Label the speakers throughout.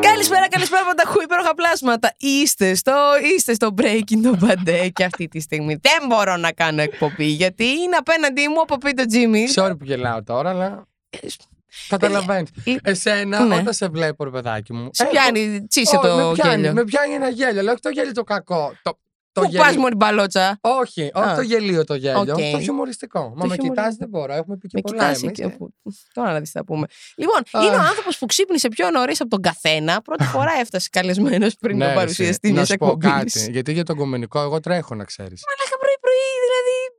Speaker 1: Καλησπέρα, καλησπέρα με τα χου υπέροχα πλάσματα. Είστε στο, είστε στο breaking το παντέ και αυτή τη στιγμή δεν μπορώ να κάνω εκπομπή γιατί είναι απέναντί μου από πει το Τζίμι.
Speaker 2: Sorry που γελάω τώρα, αλλά. Καταλαβαίνει.
Speaker 1: Παιδιά, ε,
Speaker 2: Εσένα,
Speaker 1: ναι.
Speaker 2: όταν σε βλέπω, ρε παιδάκι μου.
Speaker 1: Σου
Speaker 2: έχω-
Speaker 1: πιάνει, τσίσε
Speaker 2: Όχι,
Speaker 1: το
Speaker 2: Ε, με πιάνει,
Speaker 1: γέλιο.
Speaker 2: Με πιάνει ένα γέλιο, αλλά όχι το γέλιο το κακό. Το, το
Speaker 1: Πού
Speaker 2: γέλιο.
Speaker 1: πας μωρή μπαλότσα.
Speaker 2: Όχι, όχι
Speaker 1: Α.
Speaker 2: το γελίο το γέλιο.
Speaker 1: Οκ.
Speaker 2: Το χιουμοριστικό. Μα
Speaker 1: Το
Speaker 2: με κοιτά,
Speaker 1: χιουμοριστικό.
Speaker 2: δεν μπορώ. Έχουμε πει και
Speaker 1: Με
Speaker 2: πολλά ε.
Speaker 1: κοιτάζει
Speaker 2: εμεί.
Speaker 1: και αφού. Τώρα να δεις τι θα πούμε. Λοιπόν, είναι ο
Speaker 2: Αχ.
Speaker 1: άνθρωπος που ξύπνησε πιο νωρίς από τον καθένα. Πρώτη φορά έφτασε καλεσμένος πριν
Speaker 2: Ναι,
Speaker 1: να
Speaker 2: ρε,
Speaker 1: παρουσιαστεί
Speaker 2: εσύ.
Speaker 1: μια
Speaker 2: Να σου πω
Speaker 1: εκπομπής.
Speaker 2: κάτι. Γιατί για τον κομμενικό, εγώ τρέχω να ξέρεις.
Speaker 1: Μαλάκα πρωί-πρωί, δηλαδή.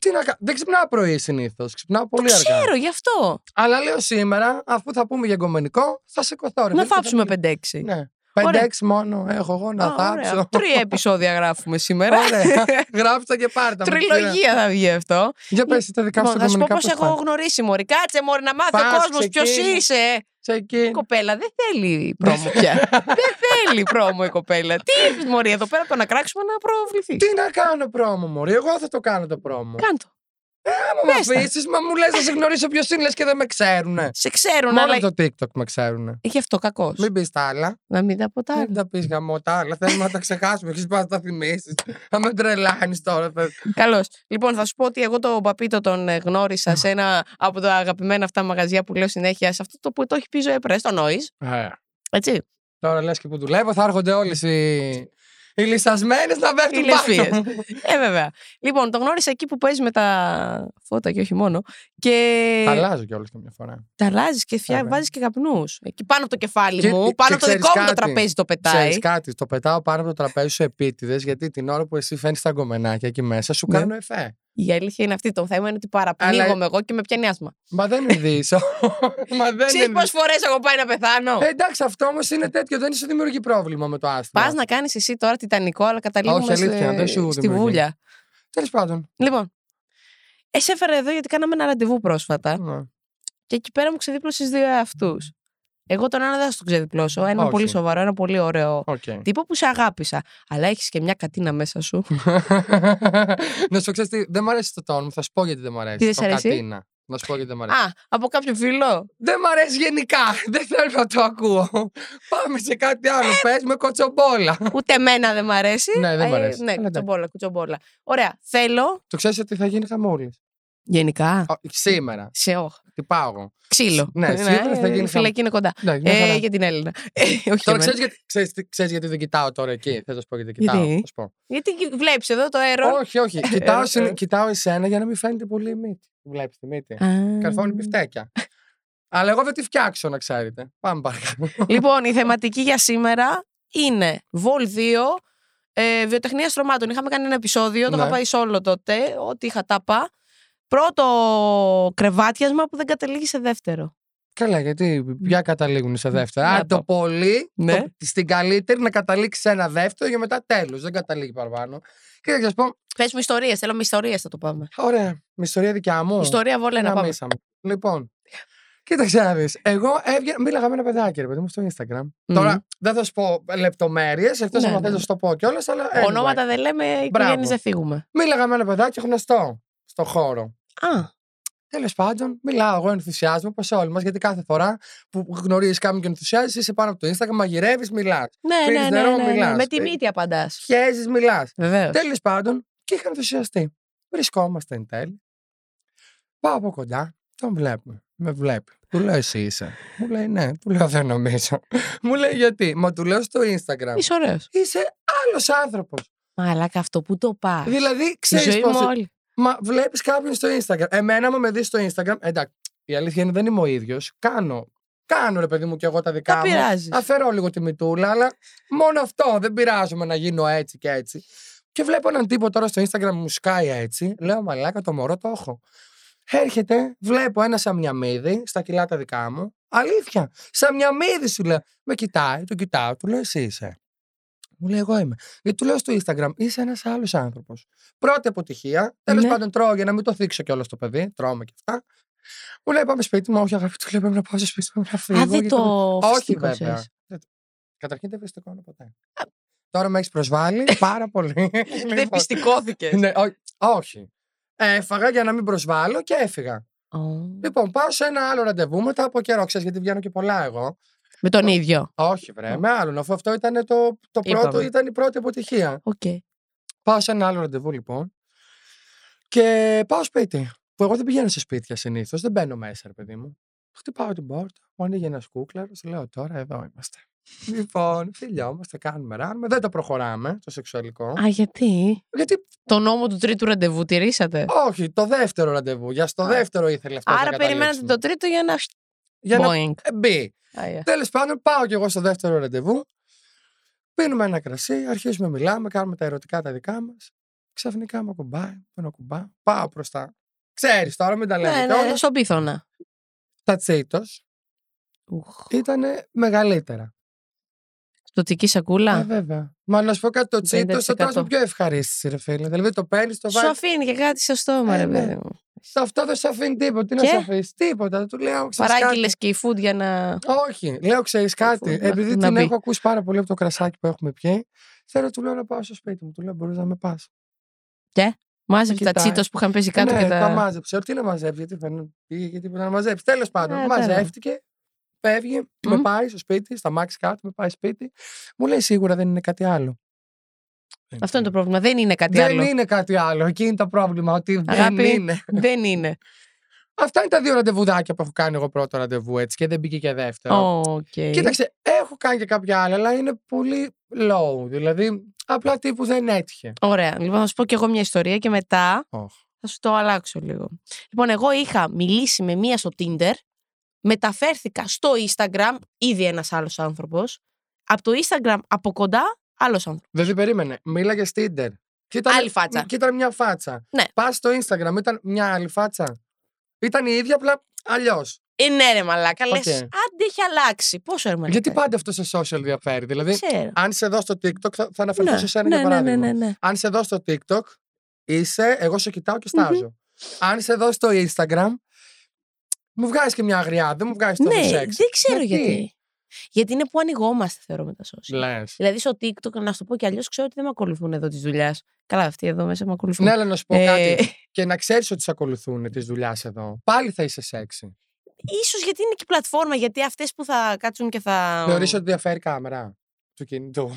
Speaker 2: Τι να κα- Δεν ξυπνάω πρωί συνήθως. Ξυπνάω πολύ αργά.
Speaker 1: Ξέρω γι' αυτό.
Speaker 2: Αλλά λέω σήμερα, αφού θα πούμε για κομμενικό, θα σε κοθώ. ρε,
Speaker 1: Να
Speaker 2: δεν θα-
Speaker 1: θάψουμε 5-6.
Speaker 2: Ναι.
Speaker 1: Ωραία.
Speaker 2: 5-6 μόνο έχω εγώ να
Speaker 1: Α, ωραία.
Speaker 2: θάψω.
Speaker 1: Τρία επεισόδια γράφουμε σήμερα.
Speaker 2: Ωραία. Γράψα και πάρτα. μου, κύριε.
Speaker 1: Τριλογία θα βγει αυτό.
Speaker 2: Για πες τα δικά σου
Speaker 1: Λοιπόν, θα σου πω
Speaker 2: κομμενικά.
Speaker 1: πώ έχω γνωρίσει Μωρή. Κάτσε Μωρή να μάθει ο
Speaker 2: Πας,
Speaker 1: κόσμο ποιο
Speaker 2: ξεκίνα.
Speaker 1: είσαι.
Speaker 2: Τσεκίν.
Speaker 1: Η κοπέλα δεν θέλει πρόμο πια. δεν θέλει πρόμο η κοπέλα. Τι ήρθε Μωρή εδώ πέρα το να κράξουμε να προβληθεί.
Speaker 2: Τι να κάνω πρόμο, Μωρή. Εγώ θα το κάνω το πρόμο.
Speaker 1: Κάντο.
Speaker 2: Άμα με
Speaker 1: πες τα.
Speaker 2: αφήσεις, μα μου λες να σε γνωρίσω ποιος είναι λες και δεν με ξέρουνε.
Speaker 1: Σε ξέρουν,
Speaker 2: Μόνο
Speaker 1: αλλά.
Speaker 2: το TikTok με ξέρουνε.
Speaker 1: Έχει αυτό κακός.
Speaker 2: Μην πεις τα άλλα.
Speaker 1: Να μην τα πω τα άλλα.
Speaker 2: Μην τα πεις γαμό τα άλλα. Θέλουμε να τα ξεχάσουμε. Έχεις πάει να τα θυμίσεις. Θα με τρελάνεις τώρα. θες.
Speaker 1: Καλώς. Λοιπόν, θα σου πω ότι εγώ τον Παπίτο τον ε, γνώρισα σε ένα από τα αγαπημένα αυτά μαγαζιά που λέω συνέχεια. Σε αυτό το που το έχει πει ζωή πρέ, το Νόη.
Speaker 2: Ε,
Speaker 1: Έτσι.
Speaker 2: Τώρα λες και που δουλεύω, θα έρχονται όλες οι. Οι λυσασμένε να
Speaker 1: Οι
Speaker 2: πέφτουν πάνω.
Speaker 1: λεσβείες. Ε, βέβαια. Λοιπόν, τον γνώρισα εκεί που παίζει με τα φώτα και όχι μόνο. Και...
Speaker 2: Αλλάζω κιόλας καμιά φορά.
Speaker 1: Τα αλλάζεις και
Speaker 2: Άρα.
Speaker 1: βάζεις και καπνούς. Εκεί πάνω από το κεφάλι
Speaker 2: Και-
Speaker 1: μου,
Speaker 2: και
Speaker 1: πάνω από το
Speaker 2: ξέρεις
Speaker 1: δικό μου το
Speaker 2: κάτι?
Speaker 1: τραπέζι το πετάει.
Speaker 2: Ξέρεις κάτι, το πετάω πάνω από το τραπέζι σου επίτηδες, γιατί την ώρα που εσύ φαίνεις τα γκομενάκια εκεί μέσα σου
Speaker 1: Ναι.
Speaker 2: κάνω εφέ.
Speaker 1: Η αλήθεια είναι αυτή. Το θέμα είναι ότι παραπνίγομαι
Speaker 2: Αλλά-
Speaker 1: εγώ και με πιάνει άσμα.
Speaker 2: Μα δεν είναι δύσο. Μα δεν
Speaker 1: Ξέρεις
Speaker 2: είναι.
Speaker 1: πόσες φορές έχω πάει να πεθάνω.
Speaker 2: Ε, εντάξει, αυτό όμως είναι τέτοιο. Δεν σου δημιουργεί πρόβλημα με το άσθημα.
Speaker 1: Πας να κάνεις εσύ τώρα τιτανικό, αλλά καταλήγουμε
Speaker 2: ναι. Όχι, αλήθεια,
Speaker 1: σε-
Speaker 2: δεν σου
Speaker 1: στη
Speaker 2: δημιουργεί.
Speaker 1: βούλια.
Speaker 2: Τέλος πάντων.
Speaker 1: Λοιπόν, ε, σε έφερα εδώ γιατί κάναμε ένα ραντεβού πρόσφατα
Speaker 2: Ναι.
Speaker 1: και εκεί πέρα μου ξεδίπλωσε δύο εαυτούς. Εγώ τον ένα δεν θα σου τον ξεδιπλώσω. Ένα
Speaker 2: Όχι.
Speaker 1: πολύ σοβαρό, ένα πολύ ωραίο.
Speaker 2: Οκ.
Speaker 1: Τύπο που σε αγάπησα. Αλλά έχεις και μια κατίνα μέσα σου.
Speaker 2: να σου ξέρεις τι. Δεν μ' αρέσει το τόνο μου. Θα σου πω γιατί δεν μ' αρέσει.
Speaker 1: Τι δεν
Speaker 2: Το
Speaker 1: σ' αρέσει?
Speaker 2: κατίνα. Να σου πω γιατί δεν μ' αρέσει.
Speaker 1: Α, από κάποιο φίλο.
Speaker 2: Δεν μ' αρέσει γενικά. Δεν θέλω να το ακούω. Πάμε σε κάτι άλλο. Πες με κοτσομπόλα.
Speaker 1: Ούτε εμένα δεν μ' αρέσει.
Speaker 2: Ναι, δεν μ'
Speaker 1: Ε,
Speaker 2: αρέσει.
Speaker 1: Ναι,
Speaker 2: Αλλά εντάξει.
Speaker 1: κουτσομπόλα, κουτσομπόλα. Ωραία. Θέλω.
Speaker 2: Το ξέρεις ότι θα γίνει χαμούλης.
Speaker 1: Γενικά.
Speaker 2: Σήμερα.
Speaker 1: Σε όχ.
Speaker 2: Τι πάω εγώ.
Speaker 1: Ξύλο.
Speaker 2: Ναι, σίγουρα θα γίνει
Speaker 1: Η φυλακή είναι κοντά.
Speaker 2: Ναι, μια χαρά.
Speaker 1: Ε, για την Έλληνα. Ε, όχι για
Speaker 2: Τώρα
Speaker 1: μένα.
Speaker 2: ξέρεις γιατί, ξέρεις, τι- ξέρεις γιατί δεν κοιτάω τώρα εκεί. Θέλω να σου πω γιατί
Speaker 1: Γιατί?
Speaker 2: κοιτάω. θα σου πω.
Speaker 1: Γιατί βλέπεις εδώ το αέρο.
Speaker 2: Όχι, όχι. κοιτάω, συν-
Speaker 1: ε.
Speaker 2: κοιτάω εσένα για να μην φαίνεται πολύ η μύτη. Βλέπεις τη μύτη.
Speaker 1: Α.
Speaker 2: Καρφώνει πιφτέκια. Αλλά εγώ θα τη φτιάξω, να ξέρετε. Πάμε παρακάτω.
Speaker 1: Λοιπόν, η θεματική για σήμερα είναι Vol 2, ε, βιοτεχνία στρωμάτων. Είχαμε κάνει ένα επεισόδιο, το
Speaker 2: Ναι.
Speaker 1: είχα πάει όλο τότε, ό,τι είχα τάπα. Πρώτο κρεβάτιασμα που δεν καταλήγει σε δεύτερο.
Speaker 2: Καλά, γιατί πια καταλήγουν σε δεύτερα.
Speaker 1: Να
Speaker 2: Αν το
Speaker 1: το.
Speaker 2: πολύ,
Speaker 1: Ναι.
Speaker 2: το- στην καλύτερη να καταλήξει σε ένα δεύτερο και μετά τέλος. Δεν καταλήγει παραπάνω. Και θα σας πω,
Speaker 1: Πες μου ιστορίες, θέλω με ιστορίε θα το πάμε.
Speaker 2: ωραία, με ιστορία δικιά μου.
Speaker 1: Ιστορία Vol 1,
Speaker 2: να
Speaker 1: πάμε.
Speaker 2: μίσαμε. Λοιπόν, κοίταξε να δεις. Εγώ έβγαινα, μίλαγα με ένα παιδάκι, ρε παιδί μου, στο Instagram. Τώρα δεν θα σου πω λεπτομέρειες, εκτός
Speaker 1: Ναι,
Speaker 2: αν
Speaker 1: ναι.
Speaker 2: θέλω να σου το πω κιόλας, αλλά. anyway.
Speaker 1: Ονόματα δεν λέμε, οικογένειε
Speaker 2: Μπράβο.
Speaker 1: δεν φύγουμε.
Speaker 2: Μίλαγα με ένα παιδάκι γνωστό στο χώρο.
Speaker 1: Α,
Speaker 2: Τέλος πάντων, μιλάω εγώ ενθουσιάζομαι όπως όλοι μας, γιατί κάθε φορά που γνωρίζεις κάποιον και ενθουσιάζεις, είσαι πάνω από το Instagram, μαγειρεύεις, μιλάς.
Speaker 1: ναι,
Speaker 2: Πίνεις
Speaker 1: ναι, ναι,
Speaker 2: νερό,
Speaker 1: ναι, ναι.
Speaker 2: μιλάς.
Speaker 1: Με τη μύτη απαντάς.
Speaker 2: Χέζει, μιλάς.
Speaker 1: Βεβαίως.
Speaker 2: Τέλος πάντων, και είχα ενθουσιαστεί. Βρισκόμαστε εν τέλει. Πάω από κοντά, τον βλέπουμε. Με βλέπει. Του λέω εσύ είσαι. Μου λέει ναι, του λέω δεν νομίζω. Μου λέει γιατί. Μα του λέω στο Instagram.
Speaker 1: Είσαι ωραίος.
Speaker 2: Είσαι άλλος άνθρωπος.
Speaker 1: Μαλάκα αυτό που το πας.
Speaker 2: Δηλαδή,
Speaker 1: Στη
Speaker 2: ξέρεις
Speaker 1: ζωή
Speaker 2: πώ.
Speaker 1: μου όλη.
Speaker 2: Μα βλέπεις κάποιον στο Instagram. Εμένα, άμα με δεις στο Instagram. Εντάξει, η αλήθεια είναι δεν είμαι ο ίδιος. Κάνω. Κάνω ρε παιδί μου και εγώ τα δικά
Speaker 1: Τα
Speaker 2: μου.
Speaker 1: πειράζεις.
Speaker 2: Αφαιρώ λίγο τη μητούλα, αλλά μόνο αυτό. Δεν πειράζομαι να γίνω έτσι και έτσι. Και βλέπω έναν τύπο τώρα στο Instagram που μου σκάει έτσι. Λέω μαλάκα, το μωρό το έχω. Έρχεται, βλέπω ένα σαμιαμίδι στα κιλά τα δικά μου. Αλήθεια. Σαμιαμίδι σου λέω. Με κοιτάει, τον κοιτάω, του λέω εσύ είσαι. Μου λέει, Εγώ είμαι. Γιατί του λέω στο Instagram, είσαι ένας άλλος άνθρωπος. Πρώτη αποτυχία. Τέλος
Speaker 1: Ναι.
Speaker 2: πάντων, τρώω για να μην το θίξω κιόλας το παιδί. Τρώμε και αυτά. Μου λέει, Πάμε σπίτι μου. Όχι, αγάπη, του λέω, Πρέπει να πάω στο σπίτι μου να φύγω.
Speaker 1: Α, δεν
Speaker 2: γιατί
Speaker 1: το
Speaker 2: Όχι,
Speaker 1: φυστήκωσες.
Speaker 2: βέβαια. Δεν το- Καταρχήν δεν φυστικώνω ποτέ. Τώρα με έχεις προσβάλει πάρα πολύ.
Speaker 1: Δεν
Speaker 2: Λοιπόν,
Speaker 1: πιστικώθηκε.
Speaker 2: ναι, ό- όχι. Έφαγα για να μην προσβάλλω και έφυγα. Λοιπόν, πάω σε ένα άλλο ραντεβού μετά από καιρό. Ξέρεις γιατί βγαίνω και πολλά εγώ.
Speaker 1: Με τον ίδιο.
Speaker 2: Όχι, βρε, με άλλον. Αφού αυτό ήταν το, το
Speaker 1: Είπαμε.
Speaker 2: πρώτο, ήταν η πρώτη αποτυχία.
Speaker 1: Οκ.
Speaker 2: Πάω σε ένα άλλο ραντεβού λοιπόν. Και πάω σπίτι. Που εγώ δεν πηγαίνω σε σπίτια συνήθως. Δεν μπαίνω μέσα, ρε παιδί μου. Χτυπάω την πόρτα. Μου ανοίγει ένας κούκλαρος. Λέω τώρα εδώ είμαστε. λοιπόν, φιλιόμαστε, κάνουμε ράνουμε. Δεν το προχωράμε το σεξουαλικό.
Speaker 1: Α, γιατί.
Speaker 2: γιατί
Speaker 1: Το νόμο του τρίτου ραντεβού τηρήσατε.
Speaker 2: όχι, το δεύτερο ραντεβού. Για στο
Speaker 1: Α.
Speaker 2: δεύτερο ήθελε αυτός.
Speaker 1: Άρα περιμένατε το τρίτο για να.
Speaker 2: Για να
Speaker 1: Boeing.
Speaker 2: ε, μπει.
Speaker 1: Α, ε.
Speaker 2: Τέλος πάντων, πάω κι εγώ στο δεύτερο ραντεβού. Πίνουμε ένα κρασί, αρχίζουμε, μιλάμε, κάνουμε τα ερωτικά τα δικά μας. Ξαφνικά με ακουμπάει, τον ακουμπά. Πάω προς τα. Ξέρεις τώρα, μην τα λέμε
Speaker 1: Ναι,
Speaker 2: κιόλας.
Speaker 1: ναι, στον πίθωνα.
Speaker 2: Τα τσίτο
Speaker 1: Ουχ.
Speaker 2: ήταν μεγαλύτερα.
Speaker 1: Στο τσική
Speaker 2: Ε,
Speaker 1: σακούλα.
Speaker 2: βέβαια. Μα να σου πω κάτι, το τσίτο το
Speaker 1: 50%.
Speaker 2: τρως με πιο ευχαρίστηση, ρε φίλε. Δηλαδή το παίρνεις, το
Speaker 1: Σου
Speaker 2: βάζεις.
Speaker 1: αφήνει και κάτι στο στόμα,
Speaker 2: Ε,
Speaker 1: ρε
Speaker 2: ναι.
Speaker 1: παιδί μου.
Speaker 2: Σε αυτό δεν σου αφήνει τίποτα. Τι να
Speaker 1: Και?
Speaker 2: σου αφήσει, τίποτα. Του λέω, «Ξέρεις κάτι».
Speaker 1: Παράγγειλε και η food για να.
Speaker 2: Όχι, λέω, ξέρεις κάτι.
Speaker 1: Αφού να-
Speaker 2: Επειδή
Speaker 1: να
Speaker 2: την
Speaker 1: μπει.
Speaker 2: έχω ακούσει πάρα πολύ από το κρασάκι που έχουμε πιει, θέλω του λέω να πάω στο σπίτι μου. Του λέω, μπορείς να με πας.
Speaker 1: Μάζευε τα
Speaker 2: κοιτάει.
Speaker 1: τσίτο που είχαν πέσει κάτω
Speaker 2: ναι,
Speaker 1: και τα.
Speaker 2: μάζεψε. Τι να μαζέψει, γιατί φαίνεται. Γιατί να μαζέψει. Τέλος πάντων,
Speaker 1: Ε,
Speaker 2: μαζεύτηκε. Φεύγει, με
Speaker 1: Μμμ.
Speaker 2: πάει στο σπίτι, στα μάξι κάτω, με πάει σπίτι. Μου λέει σίγουρα δεν είναι κάτι άλλο.
Speaker 1: Αυτό είναι το πρόβλημα. Δεν είναι κάτι
Speaker 2: Δεν
Speaker 1: άλλο.
Speaker 2: είναι κάτι άλλο. Εκεί είναι το πρόβλημα. Ότι δεν
Speaker 1: Αγάπη.
Speaker 2: είναι.
Speaker 1: Δεν είναι.
Speaker 2: Αυτά είναι τα δύο ραντεβουδάκια που έχω κάνει εγώ πρώτο ραντεβού έτσι και δεν μπήκε και δεύτερο.
Speaker 1: Οκ.
Speaker 2: Κοίταξε, έχω κάνει και κάποια άλλα, αλλά είναι πολύ low. Δηλαδή, απλά τύπου δεν έτυχε.
Speaker 1: Ωραία. Λοιπόν, θα σου πω κι εγώ μια ιστορία και μετά
Speaker 2: Οχ.
Speaker 1: θα σου το αλλάξω λίγο. Λοιπόν, εγώ είχα μιλήσει με μία στο Tinder, μεταφέρθηκα στο Instagram, ήδη ένας άλλος άνθρωπος. Από το Instagram από κοντά, άλλος άνθρωπος.
Speaker 2: Δηλαδή, περίμενε. Μίλαγε Tinder. Και ήταν,
Speaker 1: Άλλη φάτσα.
Speaker 2: Και ήταν μια φάτσα.
Speaker 1: Ναι.
Speaker 2: Πας στο Instagram, ήταν μια άλλη φάτσα. Ήταν η ίδια, απλά αλλιώς.
Speaker 1: Ε, ναι, ρε μαλάκα, λες,
Speaker 2: Οκ.
Speaker 1: άντε έχει αλλάξει. Πόσο ρε μαλάκα.
Speaker 2: Γιατί πάντα αυτό σε social διαφέρει. Δηλαδή,
Speaker 1: Ξέρω.
Speaker 2: αν σε δω στο TikTok, θα, θα αναφερθώ σε σένα
Speaker 1: ναι,
Speaker 2: για
Speaker 1: ναι,
Speaker 2: παράδειγμα.
Speaker 1: ναι, ναι, ναι.
Speaker 2: Αν σε δω στο TikTok, είσαι, εγώ σε κοιτάω και σταζω Αν σε δω στο Instagram, μου βγάζει και μια αγριά, δεν μου βγάζει το
Speaker 1: Ναι,
Speaker 2: σεξ.
Speaker 1: δεν ξέρω γιατί. γιατί. είναι που ανοιγόμαστε, θεωρώ, με τα social.
Speaker 2: Λες.
Speaker 1: Δηλαδή στο TikTok, να σου το πω κι αλλιώς, ξέρω ότι δεν με ακολουθούν εδώ τη δουλειάς. Καλά, αυτοί εδώ μέσα με ακολουθούν.
Speaker 2: Ναι, αλλά να σου πω
Speaker 1: Ε,
Speaker 2: κάτι. Και να ξέρεις ότι σε ακολουθούν τη δουλειάς εδώ. Πάλι θα είσαι σεξι.
Speaker 1: ίσως γιατί είναι και πλατφόρμα, γιατί αυτές που θα κάτσουν και θα.
Speaker 2: Θεωρείς ότι διαφέρει κάμερα του κινητού.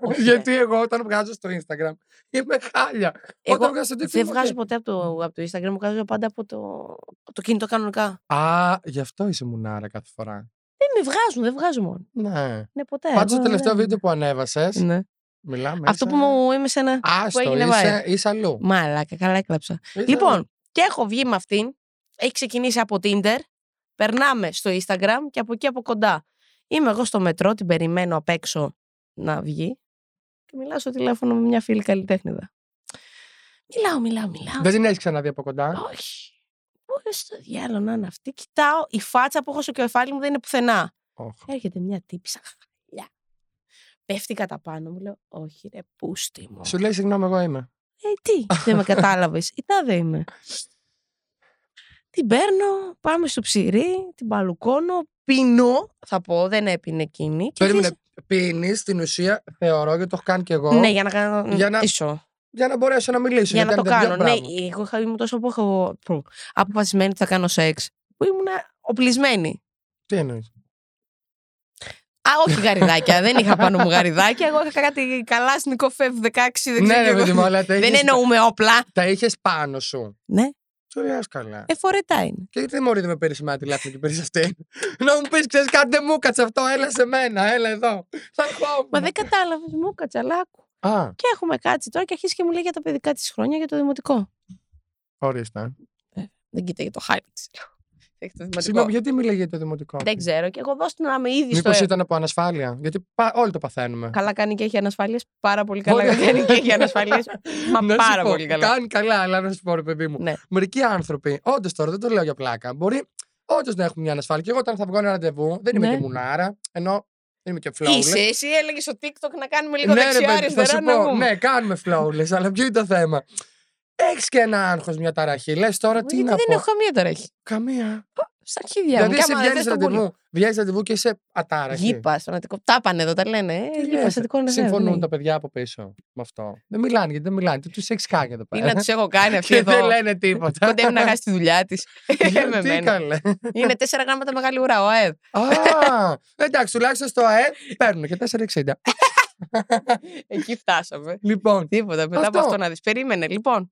Speaker 1: Όχι,
Speaker 2: Γιατί εγώ όταν βγάζω στο Instagram είμαι χάλια.
Speaker 1: Εγώ
Speaker 2: όταν βγάζω στο TikTok.
Speaker 1: δεν
Speaker 2: είμαι
Speaker 1: βγάζω
Speaker 2: οκ.
Speaker 1: ποτέ από το, από το Instagram, μου βγάζω πάντα από το, από το κινητό κανονικά.
Speaker 2: Α, γι' αυτό είσαι μουνάρα κάθε φορά.
Speaker 1: Δεν με βγάζουν, δεν βγάζω μόνο.
Speaker 2: Ναι.
Speaker 1: Ναι, ποτέ.
Speaker 2: Πάντως το
Speaker 1: εγώ
Speaker 2: τελευταίο
Speaker 1: δεν-
Speaker 2: βίντεο που ανέβασες.
Speaker 1: Ναι.
Speaker 2: Μιλάμε.
Speaker 1: Αυτό που μου είμαι σε ένα.
Speaker 2: Άστο,
Speaker 1: έγινε
Speaker 2: είσαι, είσαι αλλού.
Speaker 1: Μαλάκα, καλά έκλαψα.
Speaker 2: Είσαι αλλού.
Speaker 1: Λοιπόν, και έχω βγει με αυτήν. Έχει ξεκινήσει από Tinder. Περνάμε στο Instagram και από εκεί από κοντά. Είμαι εγώ στο μετρό, την περιμένω απ' έξω να βγει. Και μιλάω στο τηλέφωνο με μια φίλη καλλιτέχνηδα. Μιλάω, μιλάω, μιλάω.
Speaker 2: Δεν την έχεις ξαναδεί από κοντά.
Speaker 1: Όχι. Πού στο διάλογο να είναι αυτή. Κοιτάω, η φάτσα που έχω στο κεφάλι μου δεν είναι πουθενά.
Speaker 2: Όχι.
Speaker 1: Έρχεται μια τύπησα χαλιά. Πέφτει κατά πάνω μου, λέω, όχι ρε, πούστη μου.
Speaker 2: Σου λέει συγγνώμη, εγώ είμαι.
Speaker 1: Ε, τι, δεν με κατάλαβες. Η τάδε είμαι. Την παίρνω, πάμε στο ψυρί, την μπαλουκώνω, πίνω, θα πω, δεν έπινε εκείνη. Και
Speaker 2: Περίμενε. Πίνεις στην ουσία, θεωρώ, γιατί το έχω κάνει κι εγώ.
Speaker 1: αρχίζει- Ναι, για να κάνω.
Speaker 2: Για να-
Speaker 1: Ίσο.
Speaker 2: Για να μπορέσω να μιλήσω.
Speaker 1: Για να
Speaker 2: γιατί
Speaker 1: το
Speaker 2: αν δεν
Speaker 1: κάνω.
Speaker 2: βγαίνω,
Speaker 1: Ναι,
Speaker 2: μπράβο.
Speaker 1: εγώ είχα ήμουν τόσο απο- προ- αποφασισμένη ότι θα κάνω σεξ, που ήμουν οπλισμένη.
Speaker 2: Τι εννοείς.
Speaker 1: Α, όχι γαριδάκια. δεν είχα πάνω μου γαριδάκια. Εγώ είχα κάτι καλά στην 16 δεν
Speaker 2: Ναι,
Speaker 1: ξέρω κι
Speaker 2: ρε
Speaker 1: εγώ.
Speaker 2: παιδί μου, αλλά τα
Speaker 1: Δεν
Speaker 2: είχες-
Speaker 1: εννοούμε όπλα.
Speaker 2: Τα είχες πάνω σου.
Speaker 1: Ναι,
Speaker 2: Του λε καλά.
Speaker 1: εφορετά είναι.
Speaker 2: Και γιατί δεν μου με πήρε σήμερα τηλέφωνο και πήρε αυτή. να μου πεις, ξέρεις κάτι, δεν μου κάτσε αυτό. Έλα σε μένα, έλα εδώ. Θα κόβω.
Speaker 1: Μα δεν κατάλαβες, μου κατσαλάκου.
Speaker 2: Α,
Speaker 1: Και έχουμε κάτσει τώρα και αρχίσει και μου λέει για τα παιδικά της χρόνια για το δημοτικό.
Speaker 2: ορίστε.
Speaker 1: Δεν κοίταγε το χάρτη τη. Έχει το δημοτικό.
Speaker 2: Συγγνώμη, γιατί μιλάει για το δημοτικό.
Speaker 1: Δεν ξέρω. Και εγώ δώστε να είμαι ήδη στο. ε-
Speaker 2: Μήπω ήταν από ανασφάλεια. Γιατί πα- όλοι το παθαίνουμε.
Speaker 1: Καλά κάνει και έχει ανασφάλειες. Πάρα πολύ καλά
Speaker 2: Ωραία.
Speaker 1: κάνει και έχει ανασφάλειες.
Speaker 2: Να
Speaker 1: Μα
Speaker 2: σου
Speaker 1: πάρα
Speaker 2: πω,
Speaker 1: πολύ καλά.
Speaker 2: Κάνει καλά, αλλά να σου πω, ρε παιδί μου.
Speaker 1: Ναι.
Speaker 2: Μερικοί άνθρωποι, όντως τώρα δεν το λέω για πλάκα, μπορεί όντως να έχουν μια ανασφάλεια. Και εγώ όταν θα βγω ένα ραντεβού, δεν είμαι
Speaker 1: Ναι.
Speaker 2: και μουνάρα. Ενώ Είμαι και flawless.
Speaker 1: Είσαι εσύ, έλεγες στο TikTok να κάνουμε λίγο
Speaker 2: Ναι, ρε
Speaker 1: δεξιά
Speaker 2: παιδί, θα
Speaker 1: αριστερά
Speaker 2: σου
Speaker 1: να
Speaker 2: πω.
Speaker 1: βγούμε.
Speaker 2: Ναι, κάνουμε flawless, αλλά ποιο είναι το θέμα. Έχεις και ένα άγχος, μια ταραχή. Λες τώρα τι
Speaker 1: Γιατί
Speaker 2: να
Speaker 1: δεν
Speaker 2: πω.
Speaker 1: έχω καμία ταραχή.
Speaker 2: Καμία.
Speaker 1: Στα αρχίδια μου.
Speaker 2: Δηλαδή,
Speaker 1: κι
Speaker 2: εσύ
Speaker 1: άμα δεν
Speaker 2: βγαίνει
Speaker 1: θες τον πολύ.
Speaker 2: ραντεβού. Βγαίνει ραντεβού και είσαι ατάραχη.
Speaker 1: Γήπας, στρατικό. Τα πάνε εδώ, τα λένε. ε,
Speaker 2: Τι
Speaker 1: Γήπας,
Speaker 2: λες,
Speaker 1: στρατικό είναι
Speaker 2: Συμφωνούν τα παιδιά από πίσω με αυτό. Δεν μιλάνε γιατί δεν μιλάνε. Τους έχεις κάνει εδώ
Speaker 1: Ή
Speaker 2: πέρα.
Speaker 1: να τους έχω κάνει αυτή
Speaker 2: και δεν
Speaker 1: εδώ.
Speaker 2: λένε τίποτα.
Speaker 1: Κοντεύει να χάσει τη δουλειά της. με
Speaker 2: Τι
Speaker 1: μένα.
Speaker 2: καλέ.
Speaker 1: Είναι τέσσερα γράμματα μεγάλη ουρά, ο ΑΕΔ.
Speaker 2: Α, εντάξει, τουλάχιστον στο ΑΕΠ παίρνουν και 4,60.
Speaker 1: Εκεί φτάσαμε.
Speaker 2: Λοιπόν,
Speaker 1: Τίποτα. Μετά από
Speaker 2: Αυτό.
Speaker 1: αυτό να δεις. Περίμενε, λοιπόν.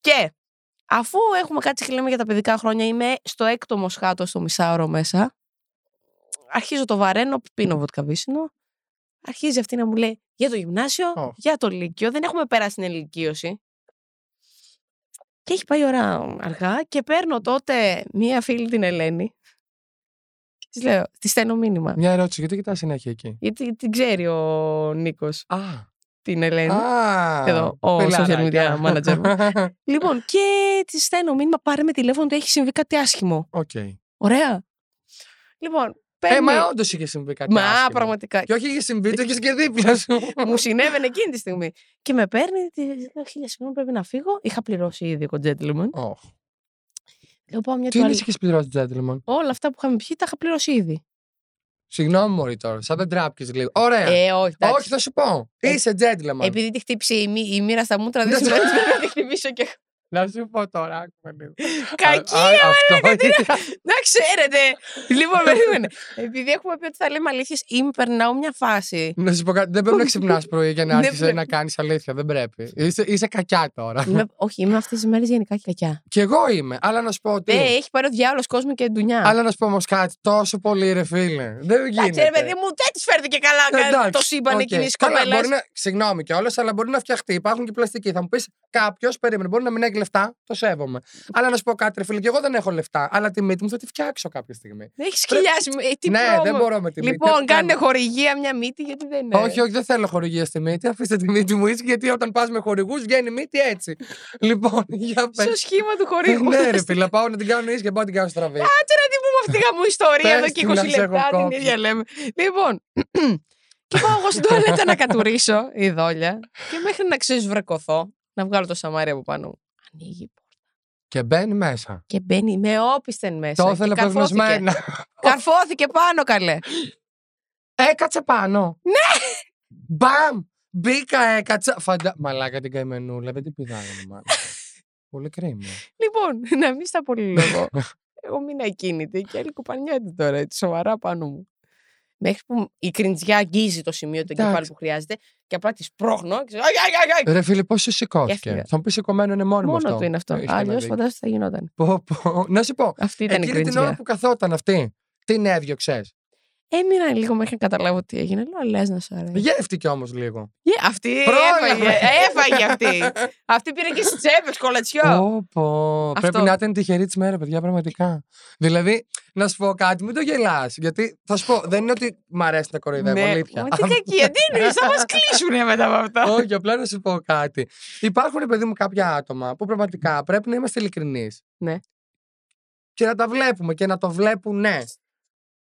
Speaker 1: Και αφού έχουμε κάτσει και λέμε για τα παιδικά χρόνια, είμαι στο έκτομο σχάτο στο μισάωρο μέσα. Αρχίζω το βαραίνω, πίνω βοτκαβίσινο. Αρχίζει αυτή να μου λέει για το γυμνάσιο,
Speaker 2: Ω.
Speaker 1: για το λύκειο. Δεν έχουμε περάσει την ελικίωση. Και έχει πάει η ώρα αργά και παίρνω τότε μία φίλη την Ελένη. Της λέω, της στέλνω μήνυμα.
Speaker 2: μια ερώτηση, γιατί κοιτάς συνέχεια εκεί.
Speaker 1: Γιατί την ξέρει ο Νίκος
Speaker 2: Α,
Speaker 1: την Ελένη.
Speaker 2: α,
Speaker 1: εδώ, ο social media
Speaker 2: πελαράκια.
Speaker 1: manager Λοιπόν, και τη στέλνω μήνυμα, πάρε με τηλέφωνο ότι έχει συμβεί κάτι άσχημο.
Speaker 2: Οκ.
Speaker 1: Ωραία. Λοιπόν, παίρνει.
Speaker 2: Ε, μα όντως είχε συμβεί κάτι.
Speaker 1: Μα,
Speaker 2: άσχημο.
Speaker 1: πραγματικά.
Speaker 2: Και όχι είχε συμβεί, το είχε και δίπλα σου.
Speaker 1: Μου συνέβαινε εκείνη τη στιγμή. Και με παίρνει, τη λέω χίλια συγγνώμη, πρέπει να φύγω. Είχα πληρώσει ήδη εγώ gentleman.
Speaker 2: Ωχ.
Speaker 1: Λέω πάω μια
Speaker 2: Τι είναι
Speaker 1: τουαλέτα.
Speaker 2: είχες πληρώσει, gentleman.
Speaker 1: Όλα αυτά που είχαμε πιει τα είχα πληρώσει ήδη.
Speaker 2: Συγγνώμη, Μωρή τώρα, σαν δεν τράπηκες λίγο. Ωραία.
Speaker 1: Ε, όχι, εντάξει.
Speaker 2: Όχι, θα σου πω.
Speaker 1: Ε,
Speaker 2: Είσαι gentleman.
Speaker 1: Επειδή τη χτύπησε η, μύ- η μοίρα στα μούτρα, δεν
Speaker 2: Ναι.
Speaker 1: σημαίνει ότι πρέπει να τη χτυπήσω και. εγώ.
Speaker 2: Να σου πω τώρα, άκουμε λίγο.
Speaker 1: Κακή!
Speaker 2: Α, α, Αυτό ήταν.
Speaker 1: Να ξέρετε! Λοιπόν, περίμενε. Επειδή έχουμε πει ότι θα λέμε αλήθειες, ή περνάω μια φάση
Speaker 2: Να σου πω κάτι. Δεν πρέπει να ξυπνάς πρωί για να
Speaker 1: Δεν
Speaker 2: άρχισε
Speaker 1: πρέπει.
Speaker 2: να κάνεις αλήθεια. Δεν πρέπει. Είσαι, είσαι κακιά τώρα.
Speaker 1: Είμαι- όχι, είμαι αυτές τις μέρες γενικά κακιά.
Speaker 2: Κι εγώ είμαι. Αλλά να σου πω ότι.
Speaker 1: Ναι, έχει πάρει ο διάολος κόσμο και ντουνιά.
Speaker 2: Αλλά να σου πω όμως κάτι. Τόσο πολύ, ρε φίλε. Δεν γίνεται. Ε,
Speaker 1: Εντάξει, ρε παιδί μου, δεν της φέρθηκε καλά. κα-
Speaker 2: Εντάξει,
Speaker 1: το σύμπαν
Speaker 2: οκ.
Speaker 1: εκείνης η
Speaker 2: Καλά,
Speaker 1: κοπέλα.
Speaker 2: μπορεί να- Συγγνώμη κιόλας, αλλά μπορεί να φτιαχτεί. Υπάρχουν και πλαστικοί. Θα μου πεις κάποιος, περίμενε, μπορεί να μην έχει λεφτά. Το σέβομαι. Αλλά να σου πω κάτι, ρε φίλε, και εγώ δεν έχω λεφτά. Αλλά τη μύτη μου θα τη φτιάξω κάποια στιγμή.
Speaker 1: Έχει χιλιάσει. Ε, τι
Speaker 2: ναι,
Speaker 1: πρόμο.
Speaker 2: δεν μπορώ με τη μύτη.
Speaker 1: Λοιπόν,
Speaker 2: Δεν
Speaker 1: κάνε
Speaker 2: κάνω.
Speaker 1: χορηγία μια μύτη, γιατί δεν είναι.
Speaker 2: Όχι, όχι, δεν θέλω χορηγία στη μύτη. Αφήστε τη μύτη μου έτσι, γιατί όταν πας με χορηγούς βγαίνει η μύτη έτσι. λοιπόν, για πε.
Speaker 1: Στο σχήμα του
Speaker 2: Ε,
Speaker 1: χορηγού.
Speaker 2: ναι, ρε φίλε, πάω να την κάνω ίσια και πάω να την κάνω στραβή.
Speaker 1: Κάτσε να την πούμε αυτή τη γαμού ιστορία εδώ
Speaker 2: Πες
Speaker 1: και
Speaker 2: τη,
Speaker 1: 20
Speaker 2: να σε έχω
Speaker 1: λεπτά την
Speaker 2: κόψει.
Speaker 1: ίδια λέμε. Λοιπόν, και πάω εγώ στην τουαλέτα να κατουρίσω η δόλια και μέχρι να ξεσβρεκωθώ, να βγάλω το σαμάρι από πάνω μου. Ανοίγει η πόρτα
Speaker 2: και μπαίνει μέσα.
Speaker 1: και μπαίνει με όπισθεν μέσα.
Speaker 2: Το
Speaker 1: και
Speaker 2: ήθελε
Speaker 1: καρφώθηκε.
Speaker 2: πευσμένα.
Speaker 1: Καρφώθηκε πάνω καλέ.
Speaker 2: Έκατσε πάνω. Ναι! Μπαμ! Μπήκα, έκατσα. Φαντα... Μαλάκα την καημενούλα, δεν την πηδάγανε μάλλον. Πολύ κρίμα.
Speaker 1: Λοιπόν, να μην στα πολύ λόγο. Εγώ μείνα ακίνητη και άλλη κουπανιάτη τώρα, έτσι, σοβαρά πάνω μου. Μέχρι που η κριντζιά αγγίζει το σημείο του
Speaker 2: Εντάξει.
Speaker 1: εγκεφάλου που χρειάζεται και απλά της σπρώχνω. Και... «Αϊ, αϊ, αϊ, αϊ».
Speaker 2: Ρε φίλε, πώς σου
Speaker 1: Έφυγε.
Speaker 2: σηκώθηκε. Θα μου πεις σηκωμένο είναι μόνιμο αυτό.
Speaker 1: Μόνο του είναι αυτό.
Speaker 2: Έχεις
Speaker 1: Αλλιώ
Speaker 2: κανένα δίκιο.
Speaker 1: φαντάζομαι θα γινόταν.
Speaker 2: Πω, πω. Να σου πω.
Speaker 1: Αυτή ήταν η
Speaker 2: Εκείνη την ώρα
Speaker 1: κριντζιά.
Speaker 2: που καθόταν αυτή, την έδιωξες.
Speaker 1: Έμεινα λίγο μέχρι να καταλάβω τι έγινε. Λέω, λες να σου
Speaker 2: Ε,
Speaker 1: αρέσει.
Speaker 2: Γεύτηκε όμως λίγο.
Speaker 1: Γε, Αυτή
Speaker 2: Πρόλαβε.
Speaker 1: έφαγε. Έφαγε αυτή. Αυτή πήρε και στις τσέπες κολατσιό.
Speaker 2: Πω, πω.
Speaker 1: Αυτό.
Speaker 2: Πρέπει να ήταν τυχερή της μέρα, παιδιά, πραγματικά. Δηλαδή, να σου πω κάτι, μην το γελάς. Γιατί θα σου πω, δεν είναι ότι μ' αρέσει να κοροϊδεύω.
Speaker 1: Ναι.
Speaker 2: αλήθεια.
Speaker 1: Μα τι κακία, τι εννοεί, θα μας κλείσουνε μετά από αυτό.
Speaker 2: Όχι, απλά να σου πω κάτι. Υπάρχουν, παιδί μου, κάποια άτομα που πραγματικά πρέπει να είμαστε ειλικρινείς.
Speaker 1: Ναι.
Speaker 2: Και να τα βλέπουμε και να το βλέπουν, ναι.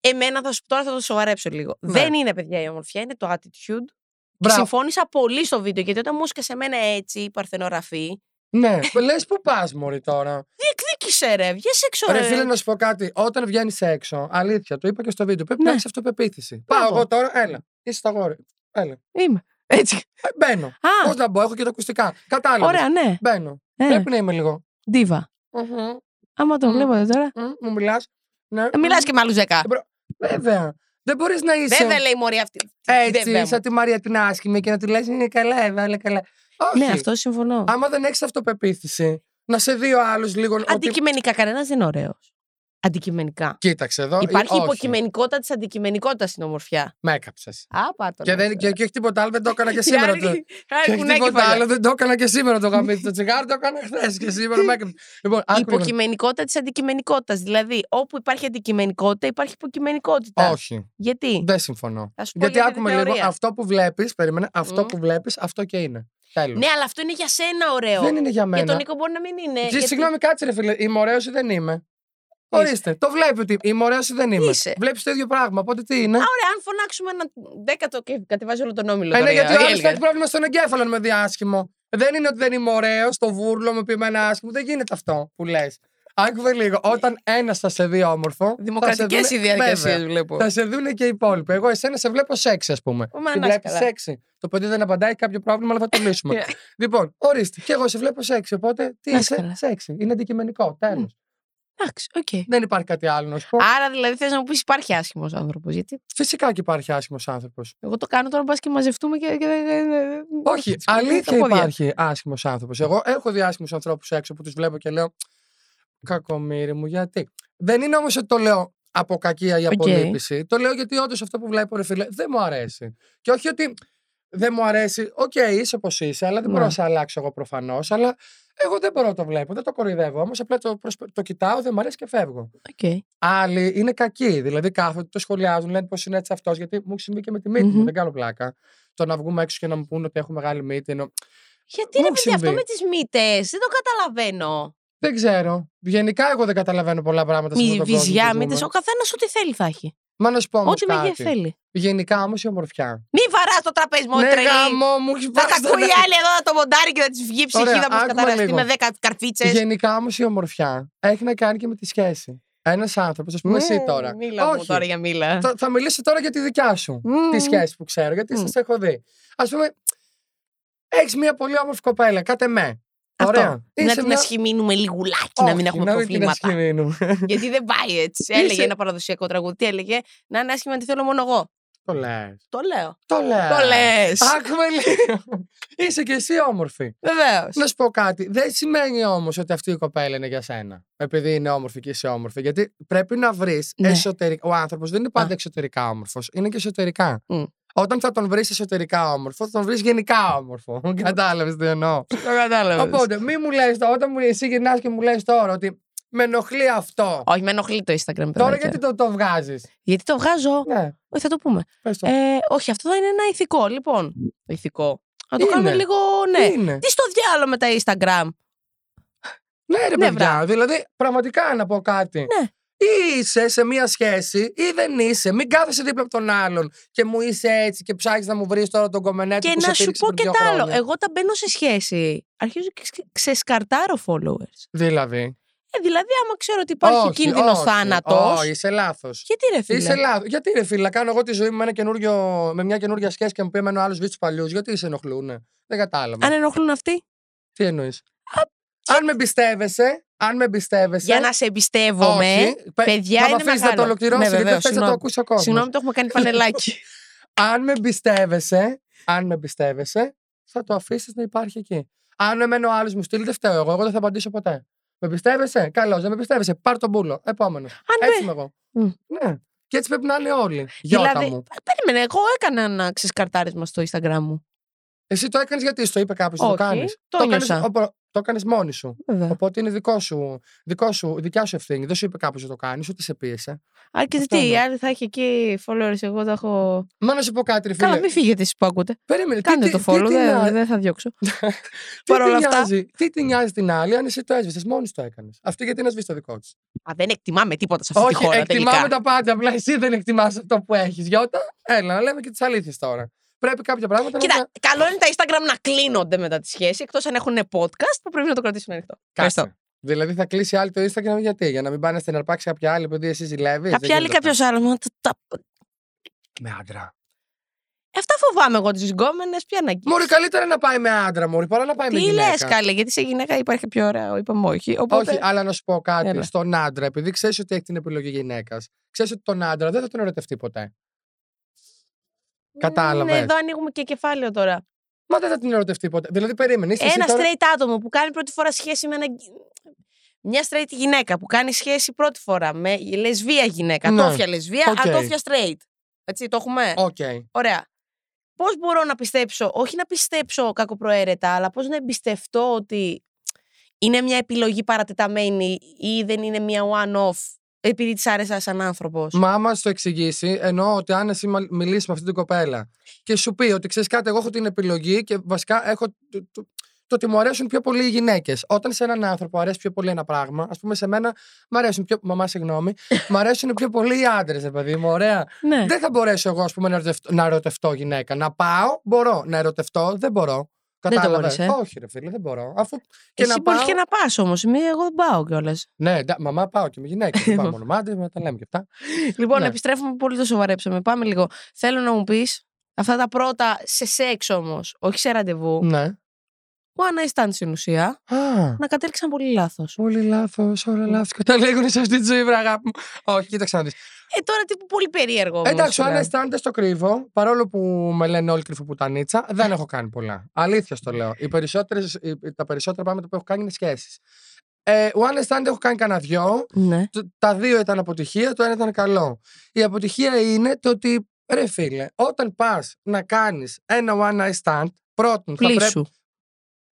Speaker 1: Εμένα θα σου, τώρα θα το σοβαρέψω λίγο.
Speaker 2: Ναι.
Speaker 1: Δεν είναι παιδιά η ομορφιά, είναι το attitude. Και
Speaker 2: Μπράβο.
Speaker 1: συμφώνησα πολύ στο βίντεο γιατί όταν μου έσκασε εμένα έτσι η παρθενογραφή.
Speaker 2: Ναι. Λες που πας, Μωρή τώρα.
Speaker 1: Διεκδίκησε ρε, βγες έξω
Speaker 2: Ρε
Speaker 1: ρε.
Speaker 2: φίλε, να σου πω κάτι. Όταν βγαίνεις έξω, αλήθεια, το είπα και στο βίντεο, πρέπει
Speaker 1: Ναι.
Speaker 2: να έχεις αυτοπεποίθηση.
Speaker 1: Μπράβο.
Speaker 2: Πάω εγώ τώρα, έλα. Είσαι στα γόρι. Έλα.
Speaker 1: Είμαι. Έτσι.
Speaker 2: Ε, Μπαίνω.
Speaker 1: Α,
Speaker 2: Πώς να μπω, έχω και τα ακουστικά. Κατάλαβα.
Speaker 1: ωραία, ναι.
Speaker 2: Μπαίνω.
Speaker 1: Ε,
Speaker 2: Πρέπει να είμαι λίγο.
Speaker 1: ντίβα.
Speaker 2: Μμμ,
Speaker 1: Άμα το
Speaker 2: Μμμ.
Speaker 1: βλέπατε τώρα.
Speaker 2: μμμ, Μου μιλάς. Ναι.
Speaker 1: Μιλά και με άλλους δέκα.
Speaker 2: Βέβαια. Δεν μπορείς να είσαι.
Speaker 1: Βέβαια λέει η μωρή αυτή. Βέβαια
Speaker 2: Έτσι,
Speaker 1: μου.
Speaker 2: σαν τη Μαρία την άσχημη και να τη λες είναι καλά, έβαλε καλά. Όχι.
Speaker 1: Ναι, αυτό συμφωνώ.
Speaker 2: Άμα δεν έχεις αυτοπεποίθηση, να σε δει ο άλλος λίγο. ότι-
Speaker 1: Αντικειμενικά, κανένας δεν είναι ωραίος. Αντικειμενικά.
Speaker 2: Κοίταξε εδώ.
Speaker 1: Υπάρχει
Speaker 2: Ε, όχι.
Speaker 1: υποκειμενικότητα της αντικειμενικότητας στην ομορφιά.
Speaker 2: Με έκαψες.
Speaker 1: Α, πάρ' το,
Speaker 2: Και,
Speaker 1: ναι,
Speaker 2: δεν,
Speaker 1: τώρα.
Speaker 2: και, και όχι τίποτα άλλο, δεν το έκανα και
Speaker 1: Οι
Speaker 2: σήμερα.
Speaker 1: άλλοι-
Speaker 2: το,
Speaker 1: άλλοι
Speaker 2: και όχι
Speaker 1: κουνάκι
Speaker 2: τίποτα
Speaker 1: παλιά.
Speaker 2: άλλο, δεν το έκανα και σήμερα το γαμίτι. το τσιγάρο το έκανα χθες και σήμερα με έκαψες. Λοιπόν,
Speaker 1: Η
Speaker 2: άκου να-
Speaker 1: υποκειμενικότητα της αντικειμενικότητας. Δηλαδή, όπου υπάρχει αντικειμενικότητα, υπάρχει υποκειμενικότητα.
Speaker 2: Όχι,
Speaker 1: Γιατί.
Speaker 2: δεν συμφωνώ.
Speaker 1: Θα σου πω
Speaker 2: Γιατί
Speaker 1: για την
Speaker 2: άκουμε λίγο,
Speaker 1: θεωρία.
Speaker 2: αυτό που βλέπεις, περίμενα, αυτό
Speaker 1: Μμμ.
Speaker 2: που βλέπεις, αυτό και είναι. Τέλος.
Speaker 1: Ναι, αλλά αυτό είναι για σένα ωραίο.
Speaker 2: δεν είναι για
Speaker 1: Για τον
Speaker 2: μένα.
Speaker 1: Νίκο μπορεί να μην είναι.
Speaker 2: Και
Speaker 1: Ε, γιατί-
Speaker 2: Συγγνώμη, κάτσε ρε φίλε, είμαι ωραίος ή δεν είμαι. Ορίστε, το βλέπει ότι είμαι ωραίος ή δεν είμαι.
Speaker 1: Είσαι.
Speaker 2: Βλέπεις το ίδιο πράγμα. Οπότε τι είναι.
Speaker 1: Α, Ωραία, αν φωνάξουμε ένα δέκατο και κατεβάζει όλο τον όμιλο.
Speaker 2: Ε,
Speaker 1: τώρα
Speaker 2: ναι,
Speaker 1: η-
Speaker 2: γιατί
Speaker 1: η
Speaker 2: ο άλλο
Speaker 1: Έλγα.
Speaker 2: έχει πρόβλημα στον εγκέφαλο να με διάσχημο. Δεν είναι ότι δεν είμαι ωραίος, το βούρλο με εμένα άσχημο. Δεν γίνεται αυτό που λες. Άκουβε λίγο. Όταν ένας θα σε δει όμορφο. θα σε
Speaker 1: Ε. Δημοκρατικές οι
Speaker 2: δουνε-
Speaker 1: διαδικασίε
Speaker 2: Βέβαια.
Speaker 1: βλέπω.
Speaker 2: Θα σε δουν και οι υπόλοιποι. Εγώ εσένα σε βλέπω σεξ, ας πούμε.
Speaker 1: Ω, μα,
Speaker 2: Τη
Speaker 1: να είσαι
Speaker 2: βλέπεις
Speaker 1: καλά.
Speaker 2: σεξ. Το παιδί δεν απαντάει κάποιο πρόβλημα, αλλά θα το λύσουμε.
Speaker 1: Yeah.
Speaker 2: λοιπόν, ορίστε. Και εγώ σε βλέπω σεξ. Οπότε τι
Speaker 1: Να είσαι
Speaker 2: είσαι,
Speaker 1: καλά.
Speaker 2: σεξ. Είναι αντικειμενικό. Τέλος.
Speaker 1: Εντάξει, οκ.
Speaker 2: Δεν υπάρχει κάτι άλλο να σου πω.
Speaker 1: Άρα δηλαδή θες να μου πεις υπάρχει άσχημος άνθρωπος. Γιατί
Speaker 2: Φυσικά και υπάρχει άσχημος άνθρωπος.
Speaker 1: εγώ το κάνω τώρα πας και μαζευτούμε και. και- και-
Speaker 2: Όχι,
Speaker 1: τις- τα
Speaker 2: αλήθεια
Speaker 1: πόδια.
Speaker 2: υπάρχει άσχημος άνθρωπος. Εγώ έχω δει άσχημους ανθρώπους έξω που τους βλέπω και λέω Κακομίρι μου, γιατί. Δεν είναι όμως ότι το λέω από κακία ή από
Speaker 1: Οκ.
Speaker 2: λύπηση. Το λέω γιατί όντως αυτό που βλέπω, ρε φίλε, δεν μου αρέσει. Και όχι ότι δεν μου αρέσει. Οκ, είσαι όπως είσαι, αλλά δεν μπορώ να
Speaker 1: Ναι.
Speaker 2: σε αλλάξω εγώ προφανώς. Αλλά εγώ δεν μπορώ να το βλέπω. Δεν το κοροϊδεύω όμως. Απλά το, προσπε- το κοιτάω, δεν μου αρέσει και φεύγω.
Speaker 1: Οκ.
Speaker 2: Άλλοι είναι κακοί. Δηλαδή κάθονται, το σχολιάζουν, λένε πώ είναι έτσι αυτός, γιατί μου έχει συμβεί και με τη μύτη μου.
Speaker 1: Μμμ.
Speaker 2: Δεν κάνω πλάκα. Το να βγούμε έξω και να μου πούνε ότι έχω μεγάλη μύτη. Ενώ...
Speaker 1: Γιατί
Speaker 2: Μου
Speaker 1: ρε
Speaker 2: έχει
Speaker 1: παιδί αυτό
Speaker 2: συμβεί.
Speaker 1: με τις μύτες, δεν το καταλαβαίνω.
Speaker 2: Δεν ξέρω. Γενικά εγώ δεν καταλαβαίνω πολλά πράγματα σε
Speaker 1: Μη
Speaker 2: αυτόν τον κόσμο.
Speaker 1: βυζιά,
Speaker 2: που
Speaker 1: μύτε,
Speaker 2: ζούμε.
Speaker 1: ο καθένας ό,τι θέλει θα έχει.
Speaker 2: Μα να σου πω όμως
Speaker 1: Ό,τι με
Speaker 2: κάτι.
Speaker 1: θέλει.
Speaker 2: Γενικά όμως η ομορφιά.
Speaker 1: Μη βαράς το τραπέζι μου,
Speaker 2: ναι,
Speaker 1: τρελή.
Speaker 2: γάμο μου, έχεις
Speaker 1: Θα τα
Speaker 2: βάσει
Speaker 1: ακούει η
Speaker 2: ένα-
Speaker 1: άλλη εδώ να το μοντάρει και θα της βγει η ψυχή,
Speaker 2: Ωραία,
Speaker 1: θα μα
Speaker 2: άκουμε
Speaker 1: καταραστεί
Speaker 2: λίγο.
Speaker 1: με 10 καρφίτσες.
Speaker 2: Γενικά όμως η ομορφιά έχει να κάνει και με τη σχέση. Ένας άνθρωπος, ας πούμε, εσύ τώρα.
Speaker 1: Ναι, Μίλα μου
Speaker 2: Όχι.
Speaker 1: τώρα για μίλα.
Speaker 2: Θα, θα μιλήσω τώρα για τη δικιά σου.
Speaker 1: Ε. Μμμ.
Speaker 2: Τη σχέση που ξέρω, γιατί
Speaker 1: Μμμ.
Speaker 2: σας έχω δει. Ας πούμε, έχεις μια πολύ όμορφη κοπέλα, κάτε με.
Speaker 1: Αυτό.
Speaker 2: Ωραία.
Speaker 1: Να
Speaker 2: Είσαι
Speaker 1: την
Speaker 2: μια-
Speaker 1: ασχημίνουμε λιγουλάκι, να μην
Speaker 2: Όχι,
Speaker 1: έχουμε
Speaker 2: να μην την
Speaker 1: προβλήματα.
Speaker 2: ασχημίνουμε.
Speaker 1: Γιατί δεν πάει έτσι.
Speaker 2: Είσαι-
Speaker 1: Έλεγε ένα παραδοσιακό τραγούδι. Τι έλεγε Να είναι άσχημα, τι θέλω μόνο εγώ.
Speaker 2: Το λες.
Speaker 1: Το λέω.
Speaker 2: Το λες.
Speaker 1: Το λες.
Speaker 2: Άκουμε λίγο. Είσαι και εσύ όμορφη.
Speaker 1: Βεβαίως.
Speaker 2: Να σου πω κάτι. Δεν σημαίνει όμως ότι αυτή η κοπέλα είναι για σένα. Επειδή είναι όμορφη και είσαι όμορφη. Γιατί πρέπει να βρεις
Speaker 1: Ναι.
Speaker 2: εσωτερικά. Ο άνθρωπος δεν είναι πάντα
Speaker 1: Α.
Speaker 2: εξωτερικά όμορφος. Είναι και εσωτερικά.
Speaker 1: Μμ.
Speaker 2: Όταν θα τον βρεις εσωτερικά όμορφο, θα τον βρεις γενικά όμορφο. Κατάλαβες τι εννοώ.
Speaker 1: Το κατάλαβες.
Speaker 2: Οπότε, μη μου λες τώρα, όταν μου, εσύ γυρνάς και μου λες τώρα ότι με ενοχλεί αυτό.
Speaker 1: Όχι, με ενοχλεί το Instagram.
Speaker 2: Τώρα
Speaker 1: παιδάκια.
Speaker 2: γιατί το, το βγάζεις.
Speaker 1: Γιατί το βγάζω.
Speaker 2: Ναι,
Speaker 1: Όχι, θα το πούμε.
Speaker 2: πες το.
Speaker 1: Ε, όχι, αυτό θα είναι ένα ηθικό, λοιπόν. Ηθικό. Να το κάνουμε
Speaker 2: Ναι. Είναι.
Speaker 1: λίγο, ναι.
Speaker 2: Είναι.
Speaker 1: Τι στο διάλογο με τα Instagram.
Speaker 2: Ναι, ρε
Speaker 1: Ναι,
Speaker 2: παιδιά. Δηλαδή, πραγματικά να πω κάτι.
Speaker 1: Ναι.
Speaker 2: Ή είσαι σε μία σχέση ή δεν είσαι. Μην κάθεσαι δίπλα από τον άλλον και μου είσαι έτσι και ψάχνεις να μου βρεις τώρα τον κομμενέτη
Speaker 1: και
Speaker 2: που σε
Speaker 1: να σου
Speaker 2: στήριξε
Speaker 1: πω και
Speaker 2: πριν δύο
Speaker 1: τ' άλλο.
Speaker 2: χρόνια.
Speaker 1: Εγώ τα μπαίνω σε σχέση. Αρχίζω και ξε- ξεσκαρτάρω followers.
Speaker 2: Δηλαδή.
Speaker 1: Ε, δηλαδή, άμα ξέρω ότι υπάρχει κίνδυνο θάνατος.
Speaker 2: Όχι, είσαι λάθος.
Speaker 1: Γιατί ρε φίλε.
Speaker 2: Είσαι λάθος. Γιατί ρε φίλε, κάνω εγώ τη ζωή μου με, ένα καινούριο- με μια καινούργια σχέση και μου πει εμένα ο άλλος βρίσκει τους παλιούς. Γιατί σε ενοχλούνε. Δεν κατάλαβα.
Speaker 1: Αν ενοχλούν αυτοί.
Speaker 2: Τι εννοείς. Αν με εμπιστεύεσαι, αν με εμπιστεύεσαι.
Speaker 1: Για να σε εμπιστεύομαι.
Speaker 2: Όχι, πε-
Speaker 1: παιδιά,
Speaker 2: θα μ'
Speaker 1: είναι
Speaker 2: αφήσεις να
Speaker 1: μεγάλο.
Speaker 2: το ολοκληρώσεις,
Speaker 1: Ναι,
Speaker 2: γιατί
Speaker 1: βεβαίως,
Speaker 2: δεν θες να το
Speaker 1: συγγνώμη.
Speaker 2: ακούσει ο κόσμος.
Speaker 1: Συγγνώμη, το έχουμε κάνει πανελάκι.
Speaker 2: αν με εμπιστεύεσαι, αν με εμπιστεύεσαι, θα το αφήσεις να υπάρχει εκεί. Αν εμένα ο άλλος μου στείλει, δεν φταίω εγώ, εγώ δεν θα απαντήσω ποτέ. Με εμπιστεύεσαι, καλώς, δεν με εμπιστεύεσαι. Πάρ τον μπούλο. Επόμενο.
Speaker 1: Αν
Speaker 2: Έτσι
Speaker 1: με-
Speaker 2: είμαι εγώ.
Speaker 1: Μμ.
Speaker 2: Ναι. Και έτσι πρέπει να είναι όλοι. Γιώτα
Speaker 1: δηλαδή.
Speaker 2: μου.
Speaker 1: Περίμενε, εγώ έκανα ένα ξεσκαρτάρισμα στο Instagram μου.
Speaker 2: Εσύ το έκανες γιατί στο είπε κάποιος να
Speaker 1: Όχι,
Speaker 2: το κάνει.
Speaker 1: το νιώσα.
Speaker 2: Το έκανες μόνη σου.
Speaker 1: Βέβαια.
Speaker 2: Οπότε είναι δικό σου, δικό σου, δικιά σου ευθύνη. Δεν σου είπε κάποιος να το κάνεις, ούτε σε πίεσε.
Speaker 1: Άρα και
Speaker 2: Αυτό
Speaker 1: τι, οι
Speaker 2: είναι.
Speaker 1: άλλοι θα έχει εκεί followers, εγώ θα έχω.
Speaker 2: Μα να σου πω κάτι, ρε
Speaker 1: Καλά,
Speaker 2: φίλε.
Speaker 1: μην φύγετε εσείς που ακούτε.
Speaker 2: Περίμενε. Ε, τι-
Speaker 1: Κάντε
Speaker 2: τι-
Speaker 1: το
Speaker 2: τι
Speaker 1: follow,
Speaker 2: την
Speaker 1: δεν
Speaker 2: α-
Speaker 1: δεν θα διώξω.
Speaker 2: Τι
Speaker 1: Παρ'
Speaker 2: τη
Speaker 1: όλα αυτά-
Speaker 2: νοιάζει- Τι τη νοιάζει την άλλη αν εσύ το έσβησες, μόνη το έκανες. Αυτή γιατί να σβήσει το δικό της.
Speaker 1: Α, δεν εκτιμάμε τίποτα σε αυτή τη
Speaker 2: Όχι,
Speaker 1: χώρα
Speaker 2: εκτιμάμε
Speaker 1: τελικά.
Speaker 2: τα πάντα. Απλά εσύ δεν εκτιμάς αυτό που έχεις. Γιώτα, έλα να λέμε και τις αλήθειες τώρα. Πρέπει κάποια πράγματα να.
Speaker 1: Κοίτα,
Speaker 2: τα-
Speaker 1: καλό είναι τα Instagram να κλείνονται μετά τη σχέση, εκτός αν έχουν podcast που πρέπει να το κρατήσουν ανοιχτό.
Speaker 2: Κάτσε.
Speaker 1: Ευχαριστώ.
Speaker 2: Δηλαδή θα κλείσει άλλη το Instagram γιατί, για να μην πάνε στην αρπάξει κάποια άλλη επειδή εσύ ζηλεύεις.
Speaker 1: Κάποια άλλη, κάποιο άλλος. μα τα- τα-
Speaker 2: Με άντρα.
Speaker 1: Αυτά φοβάμαι εγώ τις γκόμενες, ποια αναγκή.
Speaker 2: Μωρή, καλύτερα να πάει με άντρα, Μωρή, παρά να πάει με
Speaker 1: Τι
Speaker 2: γυναίκα.
Speaker 1: λες, καλέ, γιατί σε γυναίκα υπάρχει πιο ωραίο, είπαμε όχι. Οπότε...
Speaker 2: Όχι, αλλά να σου πω κάτι.
Speaker 1: Έλα.
Speaker 2: Στον άντρα, επειδή ξέρεις ότι έχει την επιλογή γυναίκας, ξέρεις ότι τον άντρα δεν θα τον ερωτευτεί ποτέ.
Speaker 1: Ναι,
Speaker 2: κατάλαβες.
Speaker 1: εδώ ανοίγουμε και κεφάλαιο τώρα.
Speaker 2: Μα δεν θα την ερωτευτεί ποτέ. Δηλαδή, περίμενε. είσαι εσύ
Speaker 1: Ένα
Speaker 2: τώρα-
Speaker 1: straight άτομο που κάνει πρώτη φορά σχέση με ένα. γυ- Μια straight γυναίκα που κάνει σχέση πρώτη φορά με λεσβία γυναίκα.
Speaker 2: Ναι.
Speaker 1: Ατόφια λεσβία,
Speaker 2: Οκ.
Speaker 1: ατόφια straight. Έτσι, το έχουμε.
Speaker 2: Οκ.
Speaker 1: Ωραία. Πώς μπορώ να πιστέψω, όχι να πιστέψω κακοπροαίρετα, αλλά πώς να εμπιστευτώ ότι είναι μια επιλογή παρατεταμένη ή δεν είναι μια one-off επειδή της άρεσα σαν άνθρωπος.
Speaker 2: Μα άμα σου το εξηγήσει, εννοώ ότι αν εσύ μα- μιλήσεις με αυτή την κοπέλα και σου πει ότι ξέρεις κάτι, εγώ έχω την επιλογή και βασικά έχω το, το, το ότι μου αρέσουν πιο πολύ οι γυναίκες. Όταν σε έναν άνθρωπο αρέσει πιο πολύ ένα πράγμα, ας πούμε σε μένα, μου αρέσουν πιο. Μαμά, συγγνώμη, μου αρέσουν πιο πολύ οι άντρες, παιδί μου, ωραία.
Speaker 1: Ναι.
Speaker 2: Δεν θα μπορέσω εγώ, ας πούμε, να ερωτευτώ, να ερωτευτώ γυναίκα. Να πάω, μπορώ. Να ερωτευτώ, δεν μπορώ.
Speaker 1: Δεν το
Speaker 2: Κατάλαβες.
Speaker 1: μπορείς, ε.
Speaker 2: Όχι, ρε φίλε, δεν μπορώ. Αφού και
Speaker 1: Εσύ
Speaker 2: να
Speaker 1: μπορείς
Speaker 2: πάω.
Speaker 1: και να πας όμως. Εγώ δεν πάω κιόλας.
Speaker 2: Ναι, εντά- μαμά, πάω και με γυναίκα. δεν πάω μόνο με άντρε, μετά λέμε και αυτά.
Speaker 1: Λοιπόν,
Speaker 2: Ναι.
Speaker 1: επιστρέφουμε πολύ το σοβαρέψαμε. Πάμε λίγο. Θέλω να μου πεις αυτά τα πρώτα σε σεξ όμως, όχι σε ραντεβού.
Speaker 2: Ναι.
Speaker 1: One night stand στην ουσία,
Speaker 2: Α,
Speaker 1: να κατέληξαν πολύ λάθος.
Speaker 2: πολύ λάθος, όλα λάθη καταλήγουν σε αυτή τη ζωή, βρε αγάπη μου. Όχι, κοίταξε να δεις.
Speaker 1: Ε, τώρα τύπου πολύ περίεργο. όμως,
Speaker 2: Εντάξει, ο
Speaker 1: ρε.
Speaker 2: Ανεστάντε το κρύβω. Παρόλο που με λένε όλοι κρυφοπουτανίτσα, δεν έχω κάνει πολλά. Αλήθεια στο λέω. Οι περισσότερες, οι- τα περισσότερα πράγματα που έχω κάνει είναι σχέσεις. Ε, ο Ανεστάντε έχω κάνει κανένα δυο.
Speaker 1: Ναι.
Speaker 2: Το- Τα δύο ήταν αποτυχία, το ένα ήταν καλό. Η αποτυχία είναι το ότι, ρε φίλε, όταν πας να κάνεις ένα one night stand, πρώτον θα πρέπει.
Speaker 1: Πλήσου.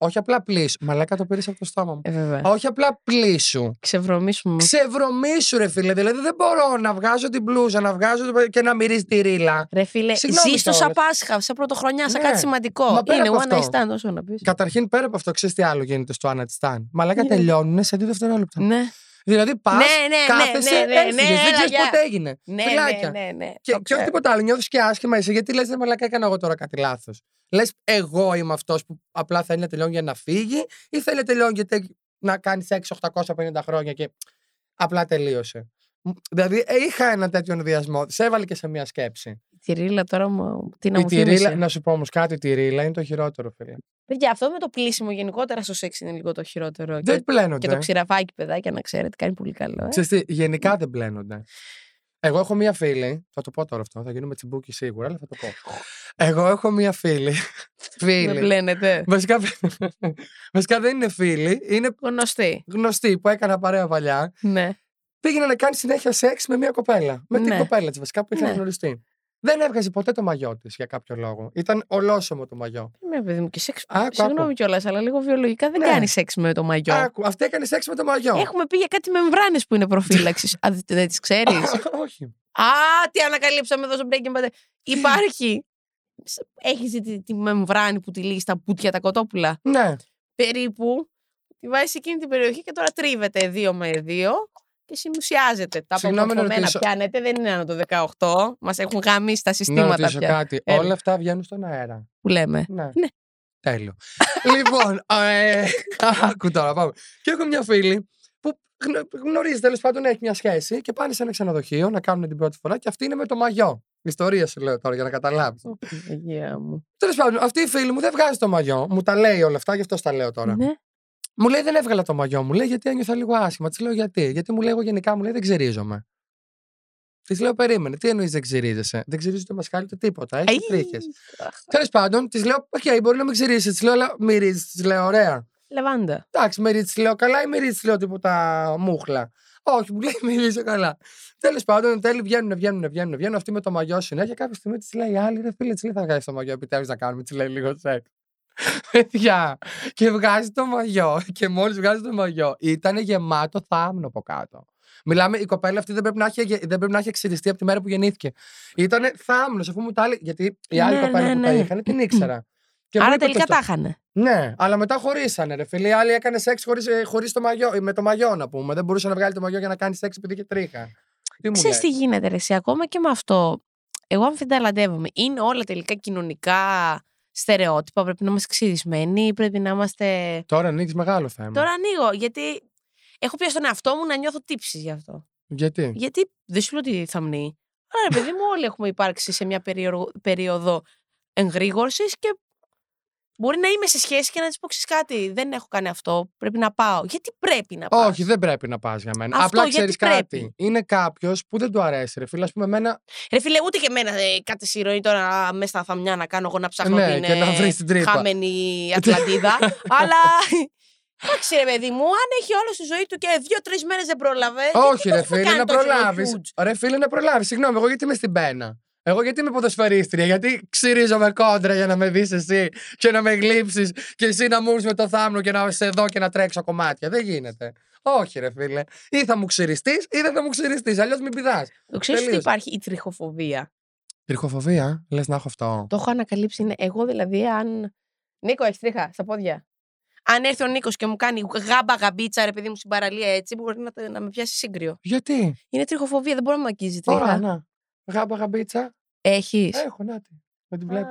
Speaker 2: Όχι απλά πλήσου. Μαλάκα το πήρες από το στόμα μου.
Speaker 1: Ε, βέβαια.
Speaker 2: Όχι απλά πλήσου.
Speaker 1: Ξεβρωμίσουμε.
Speaker 2: Mm. Ξεβρωμίσου, ρε φίλε. Δηλαδή δεν μπορώ να βγάζω την μπλούζα, να βγάζω το- και να μυρίζει τη ρίλα.
Speaker 1: Ρε φίλε,
Speaker 2: Συγγνώμη
Speaker 1: ζεις το σαν
Speaker 2: κιόλας.
Speaker 1: Πάσχα, σαν πρωτοχρονιά, σαν
Speaker 2: Ναι.
Speaker 1: κάτι σημαντικό.
Speaker 2: Μα πέρα
Speaker 1: Είναι
Speaker 2: από
Speaker 1: one night
Speaker 2: αυτό.
Speaker 1: stand, όσο να πεις.
Speaker 2: Καταρχήν, πέρα από αυτό, ξέρεις τι άλλο γίνεται στο Ανατιστάν. Μαλάκα
Speaker 1: Ναι.
Speaker 2: τελειώνουν σε δύο δευτερόλεπτα.
Speaker 1: Ναι.
Speaker 2: Δηλαδή πας,
Speaker 1: Ναι, ναι, ναι,
Speaker 2: κάθεσαι,
Speaker 1: ναι, ναι, ναι,
Speaker 2: έφυγες,
Speaker 1: έλα,
Speaker 2: δεν ξέρει
Speaker 1: γεια.
Speaker 2: πότε έγινε.
Speaker 1: Ναι, ναι,
Speaker 2: Φιλάκια.
Speaker 1: ναι, ναι.
Speaker 2: Και,
Speaker 1: Το
Speaker 2: και όχι
Speaker 1: ξέρω.
Speaker 2: τίποτα άλλο. Νιώθεις και άσχημα εσύ, γιατί λες, μαλάκα έκανα εγώ τώρα κάτι λάθος. Λες, εγώ είμαι αυτός που απλά θέλει να τελειώνει για να φύγει, ή θέλει να τελειώνει γιατί έχει- να κάνει 6-850 χρόνια και απλά τελείωσε. Μ, Δηλαδή, ε, είχα ένα τέτοιο ενδιασμό. Σε έβαλε και σε μια σκέψη.
Speaker 1: Τη ρίλα τώρα μου. Τι να
Speaker 2: Η
Speaker 1: μου
Speaker 2: τυρίλα,
Speaker 1: θύμισε.
Speaker 2: να σου πω όμως κάτι, η τυρίλα είναι το χειρότερο, φίλε.
Speaker 1: Παιδιά, αυτό με το πλήσιμο γενικότερα στο σεξ είναι λίγο το χειρότερο.
Speaker 2: Δεν
Speaker 1: Και,
Speaker 2: πλένονται.
Speaker 1: και το ξηραφάκι, παιδάκια, να ξέρετε, κάνει πολύ καλό. Ε.
Speaker 2: Ξέρεις τι, γενικά δεν μπλένονται. Εγώ έχω μία φίλη. Θα το πω τώρα αυτό. Θα γίνουμε τσιμπούκι σίγουρα, αλλά θα το πω. Εγώ έχω μία φίλη.
Speaker 1: Δεν
Speaker 2: φίλη.
Speaker 1: πλένετε.
Speaker 2: Βασικά, βασικά δεν είναι φίλη. Είναι
Speaker 1: Γνωστή.
Speaker 2: γνωστή που έκανα παρέα παλιά.
Speaker 1: Ναι.
Speaker 2: Πήγαινε να κάνει συνέχεια σεξ με μία κοπέλα. Με
Speaker 1: Ναι.
Speaker 2: την κοπέλα της βασικά που είχαν
Speaker 1: Ναι.
Speaker 2: γνωριστεί. Δεν έβγαζε ποτέ το μαγιό της για κάποιο λόγο. Ήταν ολόσωμο το μαγιό.
Speaker 1: Ναι, παιδί μου, και σεξ.
Speaker 2: Άκου, άκου.
Speaker 1: Συγγνώμη κιόλας, αλλά λίγο βιολογικά δεν
Speaker 2: Ναι.
Speaker 1: κάνει σεξ με το μαγιό.
Speaker 2: Άκου, αυτή έκανε σεξ με το μαγιό.
Speaker 1: Έχουμε πει για κάτι μεμβράνες που είναι προφύλαξης. Δεν τις ξέρεις.
Speaker 2: Όχι.
Speaker 1: Α, τι ανακαλύψαμε εδώ στο Breaking Bad. Υπάρχει. Έχει δει τη, τη μεμβράνη που τη λύει στα πουτια τα κοτόπουλα.
Speaker 2: Ναι.
Speaker 1: Περίπου. Τη βάζει σε εκείνη την περιοχή και τώρα τρίβεται δύο με δύο και συνουσιάζεται. Τα
Speaker 2: Συγγνώμη να
Speaker 1: απομορφωμένα
Speaker 2: ρωτήσω.
Speaker 1: πιάνετε, δεν είναι άνω το 18. Μας έχουν γαμίσει τα
Speaker 2: Να
Speaker 1: συστήματα
Speaker 2: ρωτήσω
Speaker 1: πια
Speaker 2: Ναι, κάτι.
Speaker 1: Έλα.
Speaker 2: Όλα αυτά βγαίνουν στον αέρα.
Speaker 1: που λέμε.
Speaker 2: Ναι.
Speaker 1: Ναι.
Speaker 2: Τέλειο. λοιπόν, ε, άκου τώρα πάμε. Και έχω μια φίλη που γνω- γνωρίζει τέλος πάντων, έχει μια σχέση και πάνε σε ένα ξενοδοχείο να κάνουν την πρώτη φορά και αυτή είναι με το μαγιό. Ιστορία σου λέω τώρα για να καταλάβεις.
Speaker 1: Ω, Παναγία μου.
Speaker 2: τέλος πάντων, αυτή η φίλη μου δεν βγάζει το μαγιό. Μου τα λέει όλα αυτά, γι' αυτό τα λέω τώρα.
Speaker 1: Ναι.
Speaker 2: Μου λέει δεν έβγαλα το μαγιό μου. Λέει γιατί ένιωθα λίγο άσχημα. Της λέω γιατί. Γιατί μου λέει εγώ γενικά μου λέει δεν ξερίζομαι. Της λέω περίμενε. Τι εννοείς δεν ξερίζεσαι. Δεν ξερίζεις ούτε μασχάλη ούτε τίποτα. Έχεις
Speaker 1: Αϊ,
Speaker 2: τρίχες.
Speaker 1: αχ,
Speaker 2: Τέλος πάντων, της λέω: Οκ, μπορεί να με ξυρίσει. Της λέω: Αλλά μυρίζεις, της λέω: Ωραία.
Speaker 1: Λεβάντα.
Speaker 2: Εντάξει, μυρίζεις, της λέω: Καλά, ή μυρίζεις, της λέω τίποτα μούχλα. Όχι, μου λέει: Μυρίζω καλά. Τέλος πάντων, εν τέλει βγαίνουν, βγαίνουν, βγαίνουν, βγαίνουν. Αυτή με το μαγιό συνέχεια. Κάποια στιγμή της λέει: η Άλλη, ρε φίλε, της λέει: Θα βγάλεις το μαγιό, επιτέλους να κάνουμε. Της λέει λίγο σεξ. Παιδιά, και βγάζει το μαγιό. Και μόλις βγάζει το μαγιό, ήταν γεμάτο θάμνο από κάτω. Μιλάμε, η κοπέλα αυτή δεν πρέπει να έχει, δεν πρέπει να έχει εξυριστεί από τη μέρα που γεννήθηκε. Ήταν θάμνος, αφού μου τα άλλη. Γιατί η άλλη
Speaker 1: Ναι,
Speaker 2: κοπέλα
Speaker 1: ναι,
Speaker 2: που τα
Speaker 1: ναι.
Speaker 2: είχαν την ήξερα. Και μου
Speaker 1: Άρα
Speaker 2: είπε το
Speaker 1: τελικά
Speaker 2: αυτό.
Speaker 1: τα είχανε.
Speaker 2: Ναι, αλλά μετά χωρίσανε, ρε φίλε. Η άλλη έκανε σεξ χωρίς, ε, χωρίς το μαγιό, ε, με το μαγιό να πούμε. Δεν μπορούσε να βγάλει το μαγιό για να κάνει σεξ επειδή είχε τρίχα. Τι μου
Speaker 1: Ξέρεις
Speaker 2: λες.
Speaker 1: τι γίνεται ρε, εσύ, ακόμα και με αυτό. Εγώ αμφιταλαντεύομαι. Είναι όλα τελικά κοινωνικά στερεότυπα. Πρέπει να είμαστε ξυρισμένοι, πρέπει να είμαστε...
Speaker 2: Τώρα ανοίξει μεγάλο θέμα.
Speaker 1: Τώρα ανοίγω, γιατί έχω πει στον εαυτό μου να νιώθω τύψεις γι' αυτό.
Speaker 2: Γιατί.
Speaker 1: Γιατί δεν σου λέω ότι θα μνεί. Άρα ρε παιδί μου όλοι έχουμε υπάρξει σε μια περίορο- περίοδο εγρήγορσης και μπορεί να είμαι σε σχέση και να της πω «Ξέρεις κάτι, δεν έχω κάνει αυτό, πρέπει να πάω. Γιατί πρέπει να πάω.
Speaker 2: Όχι, δεν πρέπει να πας για μένα.
Speaker 1: Αυτό
Speaker 2: Απλά
Speaker 1: γιατί
Speaker 2: ξέρεις
Speaker 1: πρέπει.
Speaker 2: κάτι. Είναι κάποιος που δεν του αρέσει, ρε φίλε. Ας πούμε, εμένα.
Speaker 1: Ρε φίλε, ούτε και εμένα ε, κάτι συρροή τώρα μέσα στα θαμιά να κάνω εγώ να ψάχνω
Speaker 2: Ναι,
Speaker 1: την,
Speaker 2: και να
Speaker 1: ε,
Speaker 2: βρεις την τρύπα.
Speaker 1: χαμένη Ατλαντίδα. αλλά εντάξει ρε παιδί μου, αν έχει όλο στη ζωή του και δύο-τρει μέρες δεν πρόλαβε. γιατί
Speaker 2: Όχι,
Speaker 1: το
Speaker 2: ρε
Speaker 1: έχουμε
Speaker 2: φίλε,
Speaker 1: κάνει
Speaker 2: να
Speaker 1: τόσο
Speaker 2: προλάβεις.
Speaker 1: huge.
Speaker 2: Ρε φίλε, να προλάβεις. Συγγνώμη, εγώ γιατί είμαι στην πένα. Εγώ γιατί είμαι ποδοσφαιρίστρια, γιατί ξυρίζομαι κόντρα για να με δεις εσύ και να με γλύψεις και εσύ να μου έρθεις με το θάμνο και να σε δω και να τρέξω κομμάτια. Δεν γίνεται. Όχι, ρε φίλε. Ή θα μου ξυριστείς ή δεν θα μου ξυριστείς. Αλλιώς μην πηδάς.
Speaker 1: Ξέρεις ότι
Speaker 2: Τελείωσε.
Speaker 1: υπάρχει η τριχοφοβία.
Speaker 2: Τριχοφοβία, λες να έχω αυτό.
Speaker 1: Το έχω ανακαλύψει. Είναι εγώ δηλαδή, αν. Νίκο, έχεις τρίχα στα πόδια. Αν έρθει ο Νίκος και μου κάνει γάμπα γαμπίτσα, ρε παιδί μου στην παραλία έτσι, μπορεί να, το- να με πιάσει σύγκριο.
Speaker 2: Γιατί.
Speaker 1: Είναι τριχοφοβία, δεν μπορώ να με αγγίζει η
Speaker 2: Ωραία, Ε,
Speaker 1: τρίχα.
Speaker 2: να. Γάμπα γαμπίτσα.
Speaker 1: Έχεις.
Speaker 2: Έχω, να τη. Δεν την βλέπεις.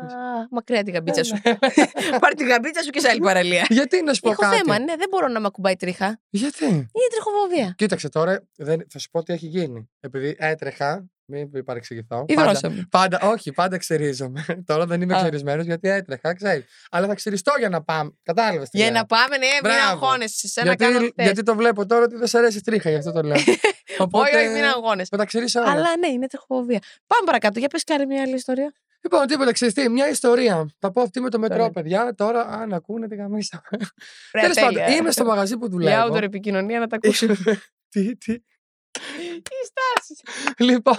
Speaker 1: Μακριά τη γαμπίτσα σου. Πάρε τη γαμπίτσα σου και σε άλλη παραλία.
Speaker 2: Γιατί να σου πω
Speaker 1: Έχω
Speaker 2: κάτι.
Speaker 1: θέμα, ναι, δεν μπορώ να με ακουμπάει τρίχα.
Speaker 2: Γιατί.
Speaker 1: Είναι τριχοφοβία.
Speaker 2: Κοίταξε τώρα, δεν, θα σου πω τι έχει γίνει. Επειδή έτρεχα, μην παρεξηγηθώ. πάντα-
Speaker 1: Υδρώσαμε.
Speaker 2: Πάντα, όχι, πάντα ξερίζομαι. Τώρα δεν είμαι
Speaker 1: Α.
Speaker 2: ξερισμένος γιατί έτρεχα, ξέρεις. Αλλά θα ξεριστώ για να πάμε. Κατάλαβες.
Speaker 1: Για να πάμε, ναι, μην
Speaker 2: Μπράβο.
Speaker 1: αγχώνεσαι. Σε ένα
Speaker 2: γιατί,
Speaker 1: κάνω ό,τι θες.
Speaker 2: γιατί το βλέπω τώρα ότι δεν σε αρέσει η τρίχα, γι' αυτό το λέω.
Speaker 1: Όχι, όχι, μην αγχώνεσαι.
Speaker 2: Θα τα ξυρίσω όλα.
Speaker 1: Αλλά ναι, είναι τριχοφοβία. Πάμε παρακάτω, για πες και άλλη μια άλλη ιστορία.
Speaker 2: Λοιπόν, τίποτα, ξέρεις τι, μια ιστορία. Θα πω αυτή με το μετρό,
Speaker 1: Ωραία.
Speaker 2: παιδιά. Τώρα, αν ακούνε τη γαμίσα.
Speaker 1: Ρε,
Speaker 2: Τέλος πάντων,
Speaker 1: τέλεια.
Speaker 2: είμαι στο μαγαζί που
Speaker 1: Για
Speaker 2: δουλεύω.
Speaker 1: outdoor επικοινωνία να τα ακούσουμε.
Speaker 2: τι, τι.
Speaker 1: Τι στάσεις.
Speaker 2: Λοιπόν.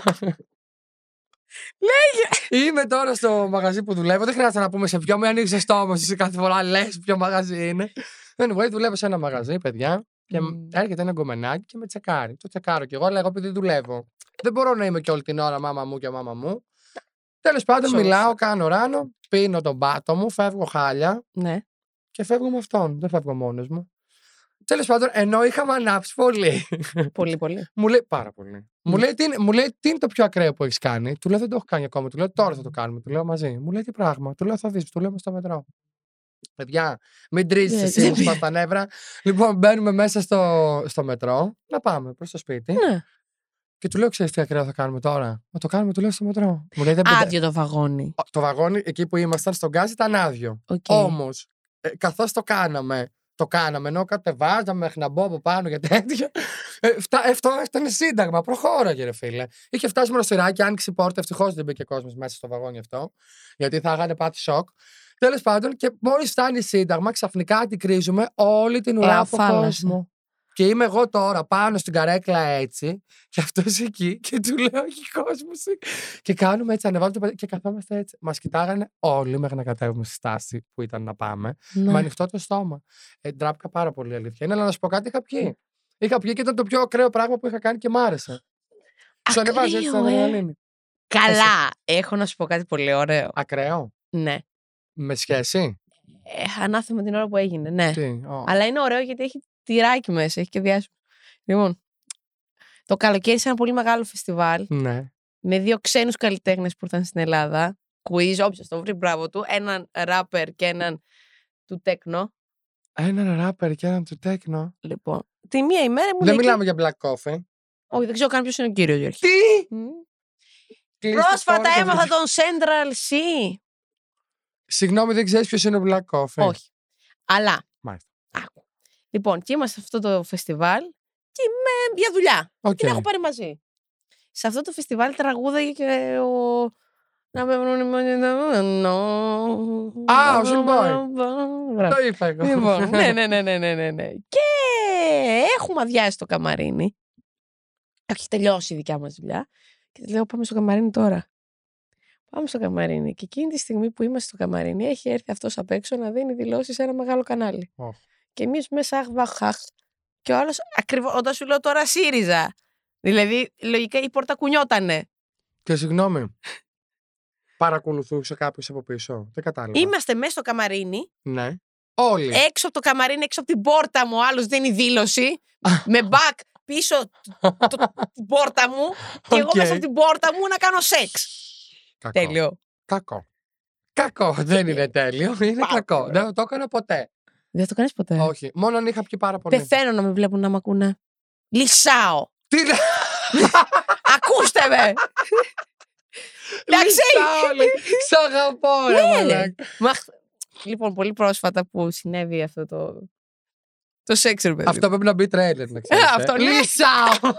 Speaker 2: Λέγε. Είμαι τώρα στο μαγαζί που δουλεύω. Δεν χρειάζεται να πούμε σε ποιο. Μην ανοίξεις το όμω εσύ κάθε φορά λες ποιο μαγαζί είναι. Anyway, δουλεύω σε ένα μαγαζί, παιδιά. Και
Speaker 1: Μμμ.
Speaker 2: έρχεται ένα γκομενάκι και με τσεκάρει. Το τσεκάρω κι εγώ, αλλά εγώ επειδή δουλεύω. Δεν μπορώ να είμαι και όλη την ώρα μάμα μου και μάμα μου. Τέλος πάντων,
Speaker 1: Σωστά.
Speaker 2: μιλάω, κάνω ράνο, πίνω τον πάτο μου, φεύγω χάλια
Speaker 1: Ναι.
Speaker 2: και φεύγω με αυτόν. Δεν φεύγω μόνος μου. Τέλος πάντων, ενώ είχαμε ανάψει πολύ.
Speaker 1: Πολύ, πολύ.
Speaker 2: Μου λέει πάρα πολύ. Μου,
Speaker 1: Μμ.
Speaker 2: λέει, τι είναι, μου λέει τι είναι το πιο ακραίο που έχεις κάνει. Του λέω δεν το έχω κάνει ακόμα. Του λέω τώρα θα το κάνουμε. Του λέω μαζί. Μου λέει τι πράγμα. Του λέω θα δεις. Του λέω στο μετρό. Παιδιά, μην τρίζεις
Speaker 1: Ναι,
Speaker 2: εσύ
Speaker 1: δεν
Speaker 2: μου σπάς τα νεύρα. Λοιπόν, μπαίνουμε μέσα στο, στο μετρό να πάμε προς το σπίτι.
Speaker 1: Ναι.
Speaker 2: Και του λέω, ξέρεις τι ακραίο θα κάνουμε τώρα. Μα το κάνουμε, του λέω στο μετρό. Μου λέει, δεν πεντε-
Speaker 1: Άδειο το βαγόνι.
Speaker 2: Το βαγόνι εκεί που ήμασταν στον γκάζι ήταν άδειο.
Speaker 1: Οκ.
Speaker 2: Όμως, ε, καθώς το κάναμε, το κάναμε ενώ κατεβάζαμε μέχρι να μπω από πάνω και τέτοια. Ε, φτα, ε, αυτό ήταν σύνταγμα. Προχώραγε, ρε φίλε. Είχε φτάσει μονοστηράκι, άνοιξε η πόρτα. Ευτυχώς δεν μπήκε κόσμος μέσα στο βαγόνι αυτό. Γιατί θα είχαν πάθει σοκ. Τέλος πάντων, και μόλις φτάνει σύνταγμα, ξαφνικά αντικρίζουμε όλη την ουρά από
Speaker 1: θάλασσα.
Speaker 2: κόσμο. Και είμαι εγώ τώρα πάνω στην καρέκλα έτσι, και αυτός εκεί, και του λέω: Έχει κόσμο. σε». Και κάνουμε έτσι, ανεβάζουμε το παιδί και καθόμαστε έτσι. Μας κοιτάγανε όλοι μέχρι να κατέβουμε στη στάση που ήταν να πάμε.
Speaker 1: Ναι.
Speaker 2: Με ανοιχτό το στόμα. Ε, ντράπηκα πάρα πολύ, αλήθεια. Είναι, αλλά να σου πω κάτι, είχα πιει. Είχα πιει και ήταν το πιο ακραίο πράγμα που είχα κάνει και μ' άρεσε. Σου ανεβάζει έτσι την
Speaker 1: Ακραίο, ε.
Speaker 2: αδρεναλίνη.
Speaker 1: Καλά. Έχω να σου πω κάτι πολύ ωραίο.
Speaker 2: Ακραίο.
Speaker 1: Ναι.
Speaker 2: Με σχέση.
Speaker 1: Ε, ανάθεμα την ώρα που έγινε, ναι.
Speaker 2: Τι. ω.
Speaker 1: Αλλά είναι ωραίο γιατί έχει τυράκι μέσα, έχει και διάσημο. Λοιπόν, το καλοκαίρι σε ένα πολύ μεγάλο φεστιβάλ
Speaker 2: Ναι.
Speaker 1: με δύο ξένους καλλιτέχνες που ήρθαν στην Ελλάδα. Quiz, όποιος το βρει, μπράβο του. Έναν ράπερ και έναν του τέκνο.
Speaker 2: Έναν ράπερ και έναν του τέκνο.
Speaker 1: Λοιπόν, τη μία ημέρα μου
Speaker 2: Δεν
Speaker 1: λέει.
Speaker 2: μιλάμε για black coffee.
Speaker 1: Όχι, δεν ξέρω καν ποιος είναι ο κύριος Γιώργης.
Speaker 2: Τι!
Speaker 1: Μμ.
Speaker 2: Κλείστε
Speaker 1: Πρόσφατα
Speaker 2: φόρο και
Speaker 1: έμαθα
Speaker 2: βγείτε.
Speaker 1: τον Central C.
Speaker 2: Συγγνώμη, δεν ξέρεις ποιος είναι ο black coffee.
Speaker 1: Όχι. Αλλά.
Speaker 2: Ναι. Μάλιστα.
Speaker 1: Άκου. Λοιπόν, και είμαστε σε αυτό το φεστιβάλ και είμαι για δουλειά.
Speaker 2: Οκ.
Speaker 1: Την έχω πάρει μαζί. Σε αυτό το φεστιβάλ τραγούδαγε και ο. Να με
Speaker 2: Α, ο Zin Boy.
Speaker 1: Μπράβο.
Speaker 2: Το είπα εγώ.
Speaker 1: Λοιπόν, ναι, ναι, ναι, ναι, ναι, ναι, ναι. Και έχουμε αδειάσει το καμαρίνι. Έχει τελειώσει η δικιά μας δουλειά. Και τη λέω πάμε στο καμαρίνι τώρα. Πάμε στο καμαρίνι. Και εκείνη τη στιγμή που είμαστε στο καμαρίνι έχει έρθει αυτός απ' έξω να δίνει δηλώσεις σε ένα μεγάλο κανάλι.
Speaker 2: Οχ.
Speaker 1: Και εμείς μέσα αχ, βαχ, χαχ. Και ο άλλος ακριβώς, όταν σου λέω τώρα ΣΥΡΙΖΑ. Δηλαδή, λογικά η πόρτα κουνιότανε.
Speaker 2: Και συγγνώμη. Παρακολουθούσε κάποιος από πίσω. Δεν κατάλαβα.
Speaker 1: Είμαστε μέσα στο καμαρίνι
Speaker 2: Ναι. Όλοι.
Speaker 1: έξω από το καμαρίνι, έξω από την πόρτα μου, ο άλλος δίνει δήλωση. με μπακ πίσω το- το- την πόρτα μου και εγώ
Speaker 2: Οκ.
Speaker 1: μέσα από την πόρτα μου να κάνω σεξ.
Speaker 2: Κακό.
Speaker 1: Τέλειο.
Speaker 2: Κακό. Κακό. Δεν είναι τέλειο. Είναι
Speaker 1: Πάρα
Speaker 2: κακό.
Speaker 1: πολύ Ε.
Speaker 2: Δεν θα το έκανα ποτέ.
Speaker 1: Δεν το κάνεις ποτέ.
Speaker 2: Όχι. Μόνο αν είχα πιει πάρα πολύ.
Speaker 1: Πεθαίνω να με βλέπουν να μ' ακούνε. Λυσάω.
Speaker 2: Τι λε-
Speaker 1: Ακούστε με. Εντάξει.
Speaker 2: Λυσάω, λέει. Σ' αγαπώ, ρε
Speaker 1: Ναι, ρε.
Speaker 2: μαλάκα.
Speaker 1: Μα, λοιπόν, πολύ πρόσφατα που συνέβη αυτό το. Το σεξ, ρε παιδί.
Speaker 2: Αυτό πρέπει να μπει τρέλερ, να ξέρεις.
Speaker 1: Ε,
Speaker 2: ε.
Speaker 1: αυτό, ναι.
Speaker 2: Λυσάω.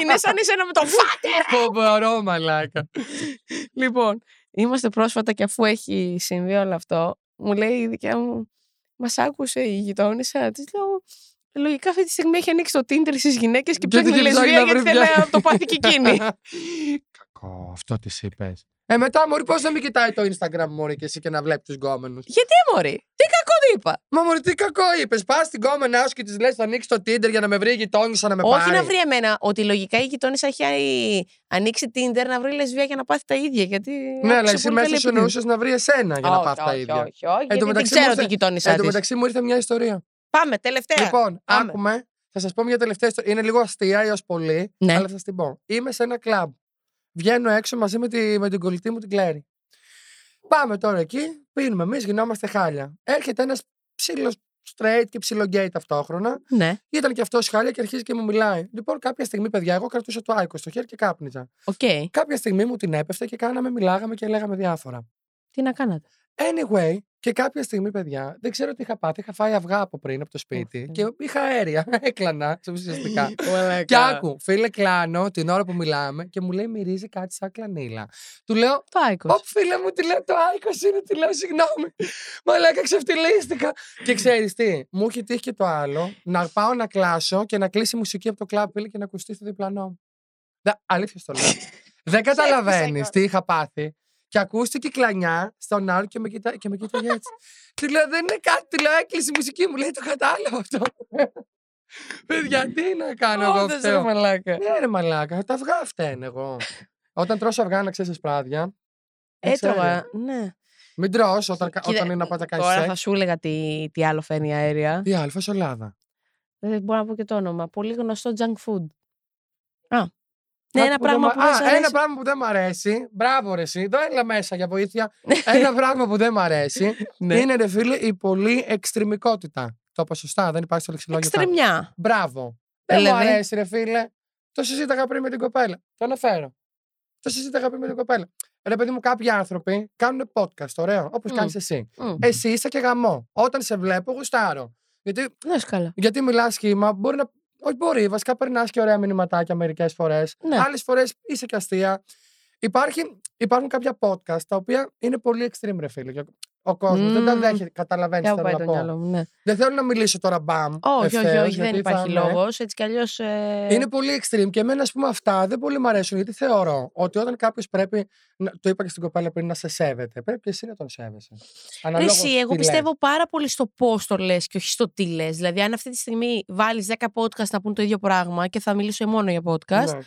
Speaker 1: Είναι σαν εσένα με τον φάτε.
Speaker 2: Φοβερό, μαλάκα.
Speaker 1: Λοιπόν, είμαστε πρόσφατα και αφού έχει συμβεί όλο αυτό, μου λέει η δικιά μου, μας άκουσε η γειτόνισσα. Της λέω, λογικά αυτή τη στιγμή έχει ανοίξει το Tinder στις γυναίκες και
Speaker 2: Γιατί
Speaker 1: ψάχνει
Speaker 2: και ψάχνει
Speaker 1: λεσβία
Speaker 2: να
Speaker 1: γιατί
Speaker 2: βρει
Speaker 1: θέλει
Speaker 2: μια.
Speaker 1: να το πάθει και εκείνη.
Speaker 2: Κακό, αυτό τη είπες. Ε, μετά, Μωρή, πώς να μην κοιτάει το Instagram, Μωρή, και εσύ και να βλέπει τους γκόμενους.
Speaker 1: γιατί, Μωρή, τι κακό είπα.
Speaker 2: Μα μωρή τι κακό είπες. Πας στην κόμενά σου και της λες: Θα ανοίξει το Tinder για να με βρει η γειτόνισσα να με
Speaker 1: Όχι
Speaker 2: πάρει.
Speaker 1: να βρει εμένα. Ότι λογικά η γειτόνισσα έχει ανοίξει Tinder να βρει λεσβία για να πάθει τα ίδια. Γιατί
Speaker 2: Ναι, αλλά
Speaker 1: άκουσε
Speaker 2: εσύ
Speaker 1: πολύ
Speaker 2: μέσα
Speaker 1: καλή
Speaker 2: σου
Speaker 1: επιτυχία.
Speaker 2: εννοούσες να βρει εσένα για να
Speaker 1: Όχι,
Speaker 2: πάθει τα
Speaker 1: όχι,
Speaker 2: ίδια.
Speaker 1: Όχι, όχι. γιατί δεν
Speaker 2: μεταξύ μου
Speaker 1: ξέρω
Speaker 2: ήρθε-
Speaker 1: τι γειτόνισσα
Speaker 2: Εν τω
Speaker 1: της.
Speaker 2: μεταξύ μου ήρθε μια ιστορία.
Speaker 1: Πάμε, τελευταία.
Speaker 2: Λοιπόν,
Speaker 1: Ε, Πάμε.
Speaker 2: άκουμε. Θα σας πω μια τελευταία ιστορία. Είναι λίγο αστεία έως πολύ,
Speaker 1: Ναι.
Speaker 2: αλλά θα σας την πω. Είμαι σε ένα κλαμπ. Βγαίνω έξω μαζί με, τη, με την κολλητή μου την Κλέρι. Πάμε τώρα εκεί, πίνουμε εμείς, γινόμαστε χάλια. Έρχεται ένας ψήλος straight και ψήλο gay ταυτόχρονα.
Speaker 1: Ναι,
Speaker 2: Ήταν και αυτός χάλια και αρχίζει και μου μιλάει. Λοιπόν, κάποια στιγμή, παιδιά, εγώ κρατούσα το άικο στο χέρι και κάπνιζα.
Speaker 1: οκ.
Speaker 2: Κάποια στιγμή μου την έπεφτε και κάναμε, μιλάγαμε και λέγαμε διάφορα.
Speaker 1: Τι να κάνατε.
Speaker 2: Anyway, και κάποια στιγμή, παιδιά, δεν ξέρω τι είχα πάθει. Είχα φάει αυγά από πριν από το σπίτι
Speaker 1: Αχ,
Speaker 2: και είχα αέρια. Έκλανα, σε ουσιαστικά. και
Speaker 1: Κι
Speaker 2: άκου, φίλε, κλάνω την ώρα που μιλάμε και μου λέει μυρίζει κάτι σαν κλανίλα. Του λέω,
Speaker 1: Το Άικος.
Speaker 2: Ωπ, φίλε μου, τη λέω το Άικος είναι, τη λέω συγγνώμη. Μαλάκα, ξεφτυλίστηκα. και ξέρεις τι, μου έχει τύχει και το άλλο να πάω να κλάσω και να κλείσει η μουσική από το κλαμπ φίλε, και να ακουστεί στο διπλανό μου. Δε- Αλήθεια στο λέω. Δεν καταλαβαίνει τι είχα πάθει. Και ακούστηκε η κλανιά στον άλλο και με κοιτά- και με κοίταγε έτσι. Τη λέω δεν είναι κάτι, τη λέω έκλεισε η μουσική μου. Λέει το κατάλαβα αυτό. Παιδιά, τι να κάνω εγώ
Speaker 1: Όντως, ρε
Speaker 2: αυτό.
Speaker 1: μαλάκα.
Speaker 2: Ναι, ρε μαλάκα, τα αυγά φταίνε εγώ. Όταν τρώσω αυγά να ξέρεις σπράδια.
Speaker 1: Έτρωγα. Ναι.
Speaker 2: Μην τρώ όταν, κα-
Speaker 1: Ε, Κοίτα,
Speaker 2: όταν είναι να πάτε κάνεις
Speaker 1: Τώρα θα
Speaker 2: σεξ.
Speaker 1: σου έλεγα τι, τι άλλο φαίνει η αέρια.
Speaker 2: Η Αλφα Σολάδα.
Speaker 1: Δεν Ε, μπορώ να πω και το όνομα. Πολύ γνωστό junk food. Α. Ναι,
Speaker 2: Κάτι
Speaker 1: ένα
Speaker 2: δεν
Speaker 1: πράγμα
Speaker 2: μ'
Speaker 1: που δεν
Speaker 2: α,
Speaker 1: σ' αρέσει.
Speaker 2: Ένα πράγμα που δεν μ' αρέσει. Μπράβο, ρε, εσύ. Εδώ έλα μέσα για βοήθεια. ένα πράγμα που δεν μ' αρέσει
Speaker 1: Ναι.
Speaker 2: είναι, ρε φίλε, η πολύ εξτρεμικότητα. Το είπα σωστά, δεν υπάρχει στο λεξιλόγιο. καν.
Speaker 1: Εξτρεμιά.
Speaker 2: Μπράβο. Δεν μου
Speaker 1: Δηλαδή?
Speaker 2: αρέσει, ρε φίλε. Το συζήταγα πριν με την κοπέλα. Το αναφέρω. Το συζήταγα πριν με την κοπέλα. Ρε παιδί μου, κάποιοι άνθρωποι κάνουν podcast, ωραίο, όπως
Speaker 1: Μμ.
Speaker 2: κάνεις εσύ.
Speaker 1: Μμ.
Speaker 2: Εσύ είσαι και γαμό. Όταν σε βλέπω, γουστάρω. Γιατί
Speaker 1: Ναι, σκαλά.
Speaker 2: Γιατί μιλάς σχήμα, μπορεί να. Όχι, μπορεί. Βασικά περνάς και ωραία μηνυματάκια μερικές φορές.
Speaker 1: Ναι.
Speaker 2: Άλλες φορές είσαι και αστεία. Υπάρχει, υπάρχουν κάποια podcast τα οποία είναι πολύ extreme, ρε φίλε. και Ο κόσμος δεν τα
Speaker 1: Μμμ.
Speaker 2: δέχεται. Καταλαβαίνεις
Speaker 1: Για
Speaker 2: τι θέλω
Speaker 1: πάει
Speaker 2: να
Speaker 1: το
Speaker 2: πω.
Speaker 1: μυαλό μου. Ναι.
Speaker 2: Δεν θέλω να μιλήσω τώρα μπαμ.
Speaker 1: Όχι, όχι,
Speaker 2: ευθέως,
Speaker 1: όχι. Δεν
Speaker 2: Ε, γιατί θα
Speaker 1: υπάρχει
Speaker 2: είναι-
Speaker 1: λόγος. Έτσι κι αλλιώς. Ε...
Speaker 2: Είναι πολύ extreme και εμένα, ας πούμε, αυτά δεν πολύ μου αρέσουν γιατί θεωρώ ότι όταν κάποιος πρέπει. να- Το είπα και στην κοπέλα πριν να σε σέβεται. Πρέπει και εσύ να τον σέβεσαι.
Speaker 1: Ρε
Speaker 2: Αναλόγως
Speaker 1: Εσύ,
Speaker 2: τι
Speaker 1: εγώ
Speaker 2: λες.
Speaker 1: πιστεύω πάρα πολύ στο πώς το λες και όχι στο τι λες. Δηλαδή, αν αυτή τη στιγμή βάλεις 10 podcast να πούν το ίδιο πράγμα και θα μιλήσω μόνο για podcast,
Speaker 2: Ναι.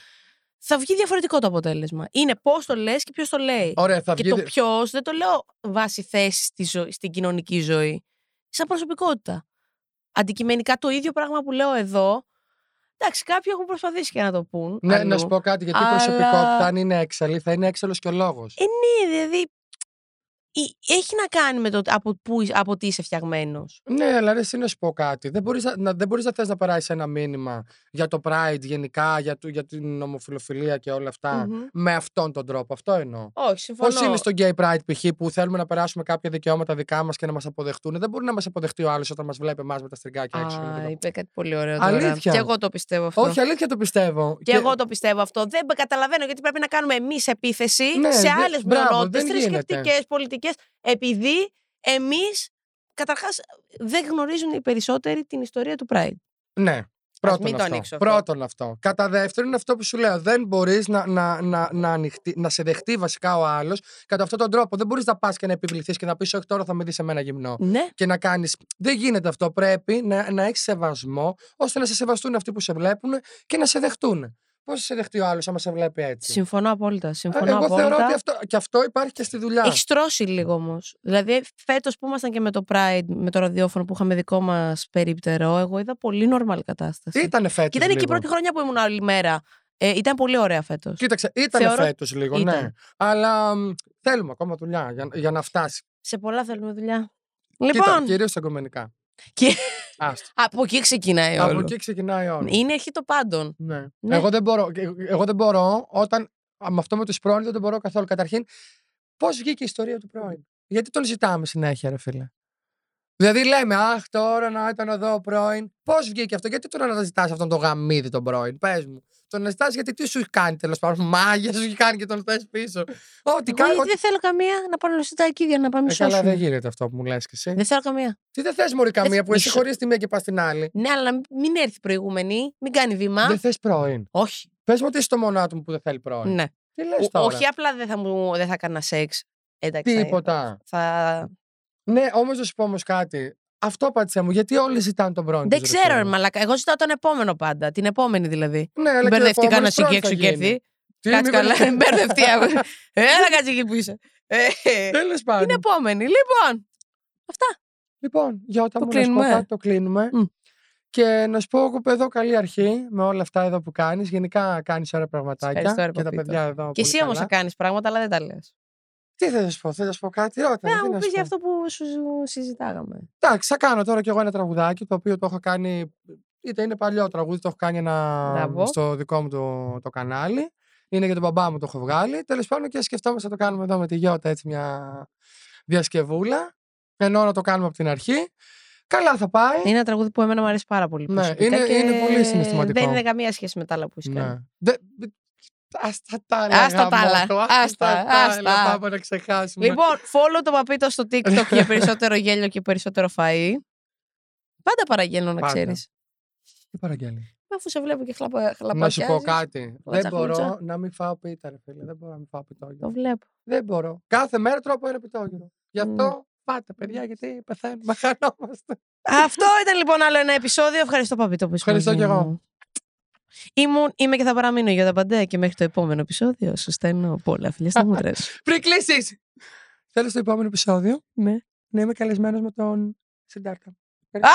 Speaker 1: θα βγει διαφορετικό το αποτέλεσμα. Είναι πώς το λες και ποιος το λέει.
Speaker 2: Ωραία, θα
Speaker 1: και
Speaker 2: βγει.
Speaker 1: το ποιος δεν το λέω βάσει θέση στη ζω- στην κοινωνική ζωή. Σαν προσωπικότητα. Αντικειμενικά το ίδιο πράγμα που λέω εδώ. Εντάξει, κάποιοι έχουν προσπαθήσει και να το πούν.
Speaker 2: Ναι, να
Speaker 1: αλλού.
Speaker 2: σου πω κάτι, γιατί η
Speaker 1: Αλλά-
Speaker 2: προσωπικότητα, αν είναι έξαλλη, θα είναι έξαλλος και ο λόγος.
Speaker 1: Ε, ναι, δηλαδή. η- Έχει να κάνει με το από, που, από τι είσαι φτιαγμένος.
Speaker 2: Ναι, αλλά ρε, εσύ να σου πω κάτι. Δεν μπορείς να, δεν μπορείς να θες να περάσεις ένα μήνυμα για το Pride γενικά, για, το- για την ομοφιλοφιλία και όλα αυτά,
Speaker 1: Μμμ.
Speaker 2: με αυτόν τον τρόπο. Αυτό εννοώ.
Speaker 1: Όχι, συμφωνώ.
Speaker 2: Πώς είναι στο Gay Pride, π.χ., που θέλουμε να περάσουμε κάποια δικαιώματα δικά μας και να μας αποδεχτούν. Δεν μπορεί να μας αποδεχτεί ο άλλος όταν μας βλέπει εμάς με τα στριγκάκια έξω. και με
Speaker 1: Α,
Speaker 2: το-
Speaker 1: είπε κάτι πολύ ωραίο τώρα.
Speaker 2: Αλήθεια.
Speaker 1: Και εγώ το πιστεύω αυτό.
Speaker 2: Όχι, αλήθεια το πιστεύω.
Speaker 1: και, εγώ το πιστεύω αυτό. Δεν καταλαβαίνω γιατί πρέπει να κάνουμε εμείς επίθεση
Speaker 2: Ναι,
Speaker 1: σε
Speaker 2: δεν-
Speaker 1: άλλες
Speaker 2: μπράβο,
Speaker 1: μειονότητε,
Speaker 2: δεν γίνεται.
Speaker 1: θρησκευτικές, πολιτικές, επειδή εμείς. Καταρχάς, δεν γνωρίζουν οι περισσότεροι την ιστορία του Pride.
Speaker 2: Ναι. Πρώτον
Speaker 1: μην το
Speaker 2: αυτό.
Speaker 1: ανοίξω αυτό.
Speaker 2: Πρώτον αυτό. Κατά δεύτερον, είναι αυτό που σου λέω. Δεν μπορείς να, να, να, να, ανοιχτεί- να σε δεχτεί βασικά ο άλλος κατά αυτόν τον τρόπο. Δεν μπορείς να πας και να επιβληθείς και να πεις: Όχι, τώρα θα με δεις εμένα γυμνό.
Speaker 1: Ναι.
Speaker 2: Και να κάνεις. Δεν γίνεται αυτό. Πρέπει να, να έχεις σεβασμό ώστε να σε σεβαστούν αυτοί που σε βλέπουν και να σε δεχτούν. Πώς σε δεχτεί ο άλλος άμα σε βλέπει έτσι.
Speaker 1: Συμφωνώ απόλυτα. Συμφωνώ
Speaker 2: Ε, Εγώ
Speaker 1: απόλυτα.
Speaker 2: θεωρώ ότι αυτό, και αυτό υπάρχει και στη δουλειά.
Speaker 1: Έχει τρώσει λίγο όμως. Δηλαδή, φέτος που ήμασταν και με το Pride, με το ραδιόφωνο που είχαμε δικό μας περίπτερο, εγώ είδα πολύ normal κατάσταση.
Speaker 2: Ήταν φέτο.
Speaker 1: Και ήταν και η πρώτη χρονιά που ήμουν όλη μέρα. Ε, ήταν πολύ ωραία φέτος.
Speaker 2: Κοίταξε, ήταν
Speaker 1: Θεωρώ-
Speaker 2: φέτος λίγο, ναι.
Speaker 1: Ήταν.
Speaker 2: Αλλά μ, θέλουμε ακόμα δουλειά για, για να φτάσει.
Speaker 1: Σε πολλά θέλουμε δουλειά.
Speaker 2: Κοίτα,
Speaker 1: Λοιπόν,
Speaker 2: κυρίως στα κομμενικά.
Speaker 1: Και-
Speaker 2: Άστο.
Speaker 1: από εκεί ξεκινάει
Speaker 2: Από
Speaker 1: όλο.
Speaker 2: εκεί ξεκινάει όλο.
Speaker 1: Είναι αρχή των πάντων.
Speaker 2: Ναι.
Speaker 1: Ναι.
Speaker 2: Εγώ, δεν μπορώ, ε- εγώ δεν μπορώ όταν. α, Με αυτό με τους πρώην δεν το μπορώ καθόλου. Καταρχήν, πώς βγήκε η ιστορία του πρώην. Γιατί τον ζητάμε συνέχεια, ρε φίλε. Δηλαδή λέμε, Αχ, τώρα να ήταν εδώ ο πρώην. Πώς βγήκε αυτό, γιατί τον αναζητάς αυτόν τον γαμίδι τον πρώην, πες μου. Τον αναζητάς γιατί τι σου έχει κάνει τέλος πάντων. Μάγια σου έχει κάνει και τον θες πίσω. Ό,τι
Speaker 1: Εγώ
Speaker 2: κάνει.
Speaker 1: ήδη δεν θέλω καμία να πάρω λουσιτάκι για να πάμε
Speaker 2: Ε, καλά, δεν
Speaker 1: σώσουμε.
Speaker 2: γίνεται αυτό που μου λες και εσύ.
Speaker 1: Δεν θέλω καμία.
Speaker 2: Τι δεν θες, Μωρή, καμία που εσύ
Speaker 1: μισό.
Speaker 2: χωρί τη μία και πας την άλλη.
Speaker 1: Ναι, αλλά να μην έρθει προηγούμενη, μην κάνει βήμα.
Speaker 2: Δεν θες πρώην.
Speaker 1: Όχι.
Speaker 2: Πες μου ότι είσαι το μόνο άτομο που δεν θέλει πρώην.
Speaker 1: Ναι.
Speaker 2: Τι λες
Speaker 1: Ο-
Speaker 2: τώρα.
Speaker 1: όχι, ε, απλά δεν θα, μου, δεν θα έκανα σεξ. Εντάξει, θα-
Speaker 2: Τίποτα.
Speaker 1: Θα...
Speaker 2: Ναι, όμως να σου πω όμως κάτι. Αυτό πάτησε μου, γιατί όλοι ζητάνε τον πρώην.
Speaker 1: Δεν
Speaker 2: τους,
Speaker 1: ξέρω,
Speaker 2: φίλε
Speaker 1: ρε
Speaker 2: μου.
Speaker 1: μαλακά. Εγώ ζητάω τον επόμενο πάντα. Την επόμενη δηλαδή.
Speaker 2: Ναι, αλλά και ο
Speaker 1: Μπερδευτήκα να
Speaker 2: επόμενος πρώην
Speaker 1: σηκέξω
Speaker 2: θα
Speaker 1: και
Speaker 2: γίνει.
Speaker 1: έρθει.
Speaker 2: Τι,
Speaker 1: Κάτσε
Speaker 2: μήπως-
Speaker 1: καλά. Μπερδευτεί. αγόρι. Έλα, κάτσε εκεί που είσαι. Ε,
Speaker 2: Τέλος
Speaker 1: Την
Speaker 2: πάντων.
Speaker 1: επόμενη. Λοιπόν,
Speaker 2: Λοιπόν, για όταν
Speaker 1: Το
Speaker 2: μου να σου πω
Speaker 1: κλείνουμε.
Speaker 2: κάτι, το κλείνουμε.
Speaker 1: Μμ.
Speaker 2: Και να σου πω εγώ εδώ καλή αρχή με όλα αυτά εδώ που κάνεις. Γενικά κάνεις ωραία πραγματάκια.
Speaker 1: Ευχαριστώ, ρε
Speaker 2: και τα
Speaker 1: Παπίτο.
Speaker 2: παιδιά εδώ.
Speaker 1: και εσύ όμως θα κάνεις πράγματα, αλλά δεν τα λες.
Speaker 2: Τι θα σου πω, θέλω να σου πω κάτι. Ρώτα, με,
Speaker 1: Να
Speaker 2: τι
Speaker 1: μου
Speaker 2: να
Speaker 1: πεις
Speaker 2: σου
Speaker 1: για
Speaker 2: πω.
Speaker 1: αυτό που σου συζητάγαμε.
Speaker 2: Εντάξει, θα κάνω τώρα κι εγώ ένα τραγουδάκι το οποίο το έχω κάνει. Είτε είναι παλιό τραγούδι, το έχω κάνει ένα
Speaker 1: Μπράβο.
Speaker 2: στο δικό μου το, το κανάλι. Είναι για τον μπαμπά μου, το έχω βγάλει. Τέλος πάντων και σκεφτόμαστε να το κάνουμε εδώ με τη Γιώτα έτσι μια διασκευούλα. Ενώ να το κάνουμε από την αρχή. Καλά θα πάει.
Speaker 1: Είναι ένα τραγούδι που εμένα μου αρέσει πάρα πολύ.
Speaker 2: Ναι,
Speaker 1: προσωπικά
Speaker 2: είναι-
Speaker 1: και
Speaker 2: είναι πολύ συναισθηματικό.
Speaker 1: Δεν είναι καμία σχέση με τα άλλα που έχεις κάνει.
Speaker 2: Ναι. Δε, δε- άστα τα άλλα.
Speaker 1: Άστα τα άλλα.
Speaker 2: γαμώτο,
Speaker 1: Άστα, άστα.
Speaker 2: άλλα. Πάμε να ξεχάσουμε.
Speaker 1: Λοιπόν, follow το παπίτο στο TikTok για περισσότερο γέλιο και περισσότερο φαΐ. Πάντα παραγγέλνω να
Speaker 2: Πάντα.
Speaker 1: ξέρεις.
Speaker 2: Τι παραγγέλνει.
Speaker 1: Αφού σε βλέπω και χλαπα,
Speaker 2: Να σου πω
Speaker 1: χλαπατιάζεις,
Speaker 2: κάτι. Δεν
Speaker 1: λατσαχνούτσα.
Speaker 2: μπορώ να μην φάω πίτα, ρε φίλε. Δεν μπορώ να μην φάω
Speaker 1: Το
Speaker 2: πιτόγυρο.
Speaker 1: βλέπω.
Speaker 2: Δεν μπορώ. Κάθε μέρα τρώω από ένα πιτόγυρο. Γι' αυτό πάτε, παιδιά, γιατί πεθαίνουμε. Χανόμαστε.
Speaker 1: Αυτό ήταν λοιπόν άλλο ένα επεισόδιο. Ευχαριστώ Παπίτο που είσαι
Speaker 2: Ευχαριστώ
Speaker 1: μαζί
Speaker 2: κι εγώ.
Speaker 1: μου. Ήμουν, είμαι και θα παραμείνω για τα παντέ και μέχρι το επόμενο επεισόδιο σου στέλνω πολλά φιλιά στα μούτρα σου.
Speaker 2: Πριν κλείσεις. Θέλω στο επόμενο επεισόδιο
Speaker 1: ναι.
Speaker 2: να είμαι καλεσμένος με τον Συντάρτα.
Speaker 1: Α!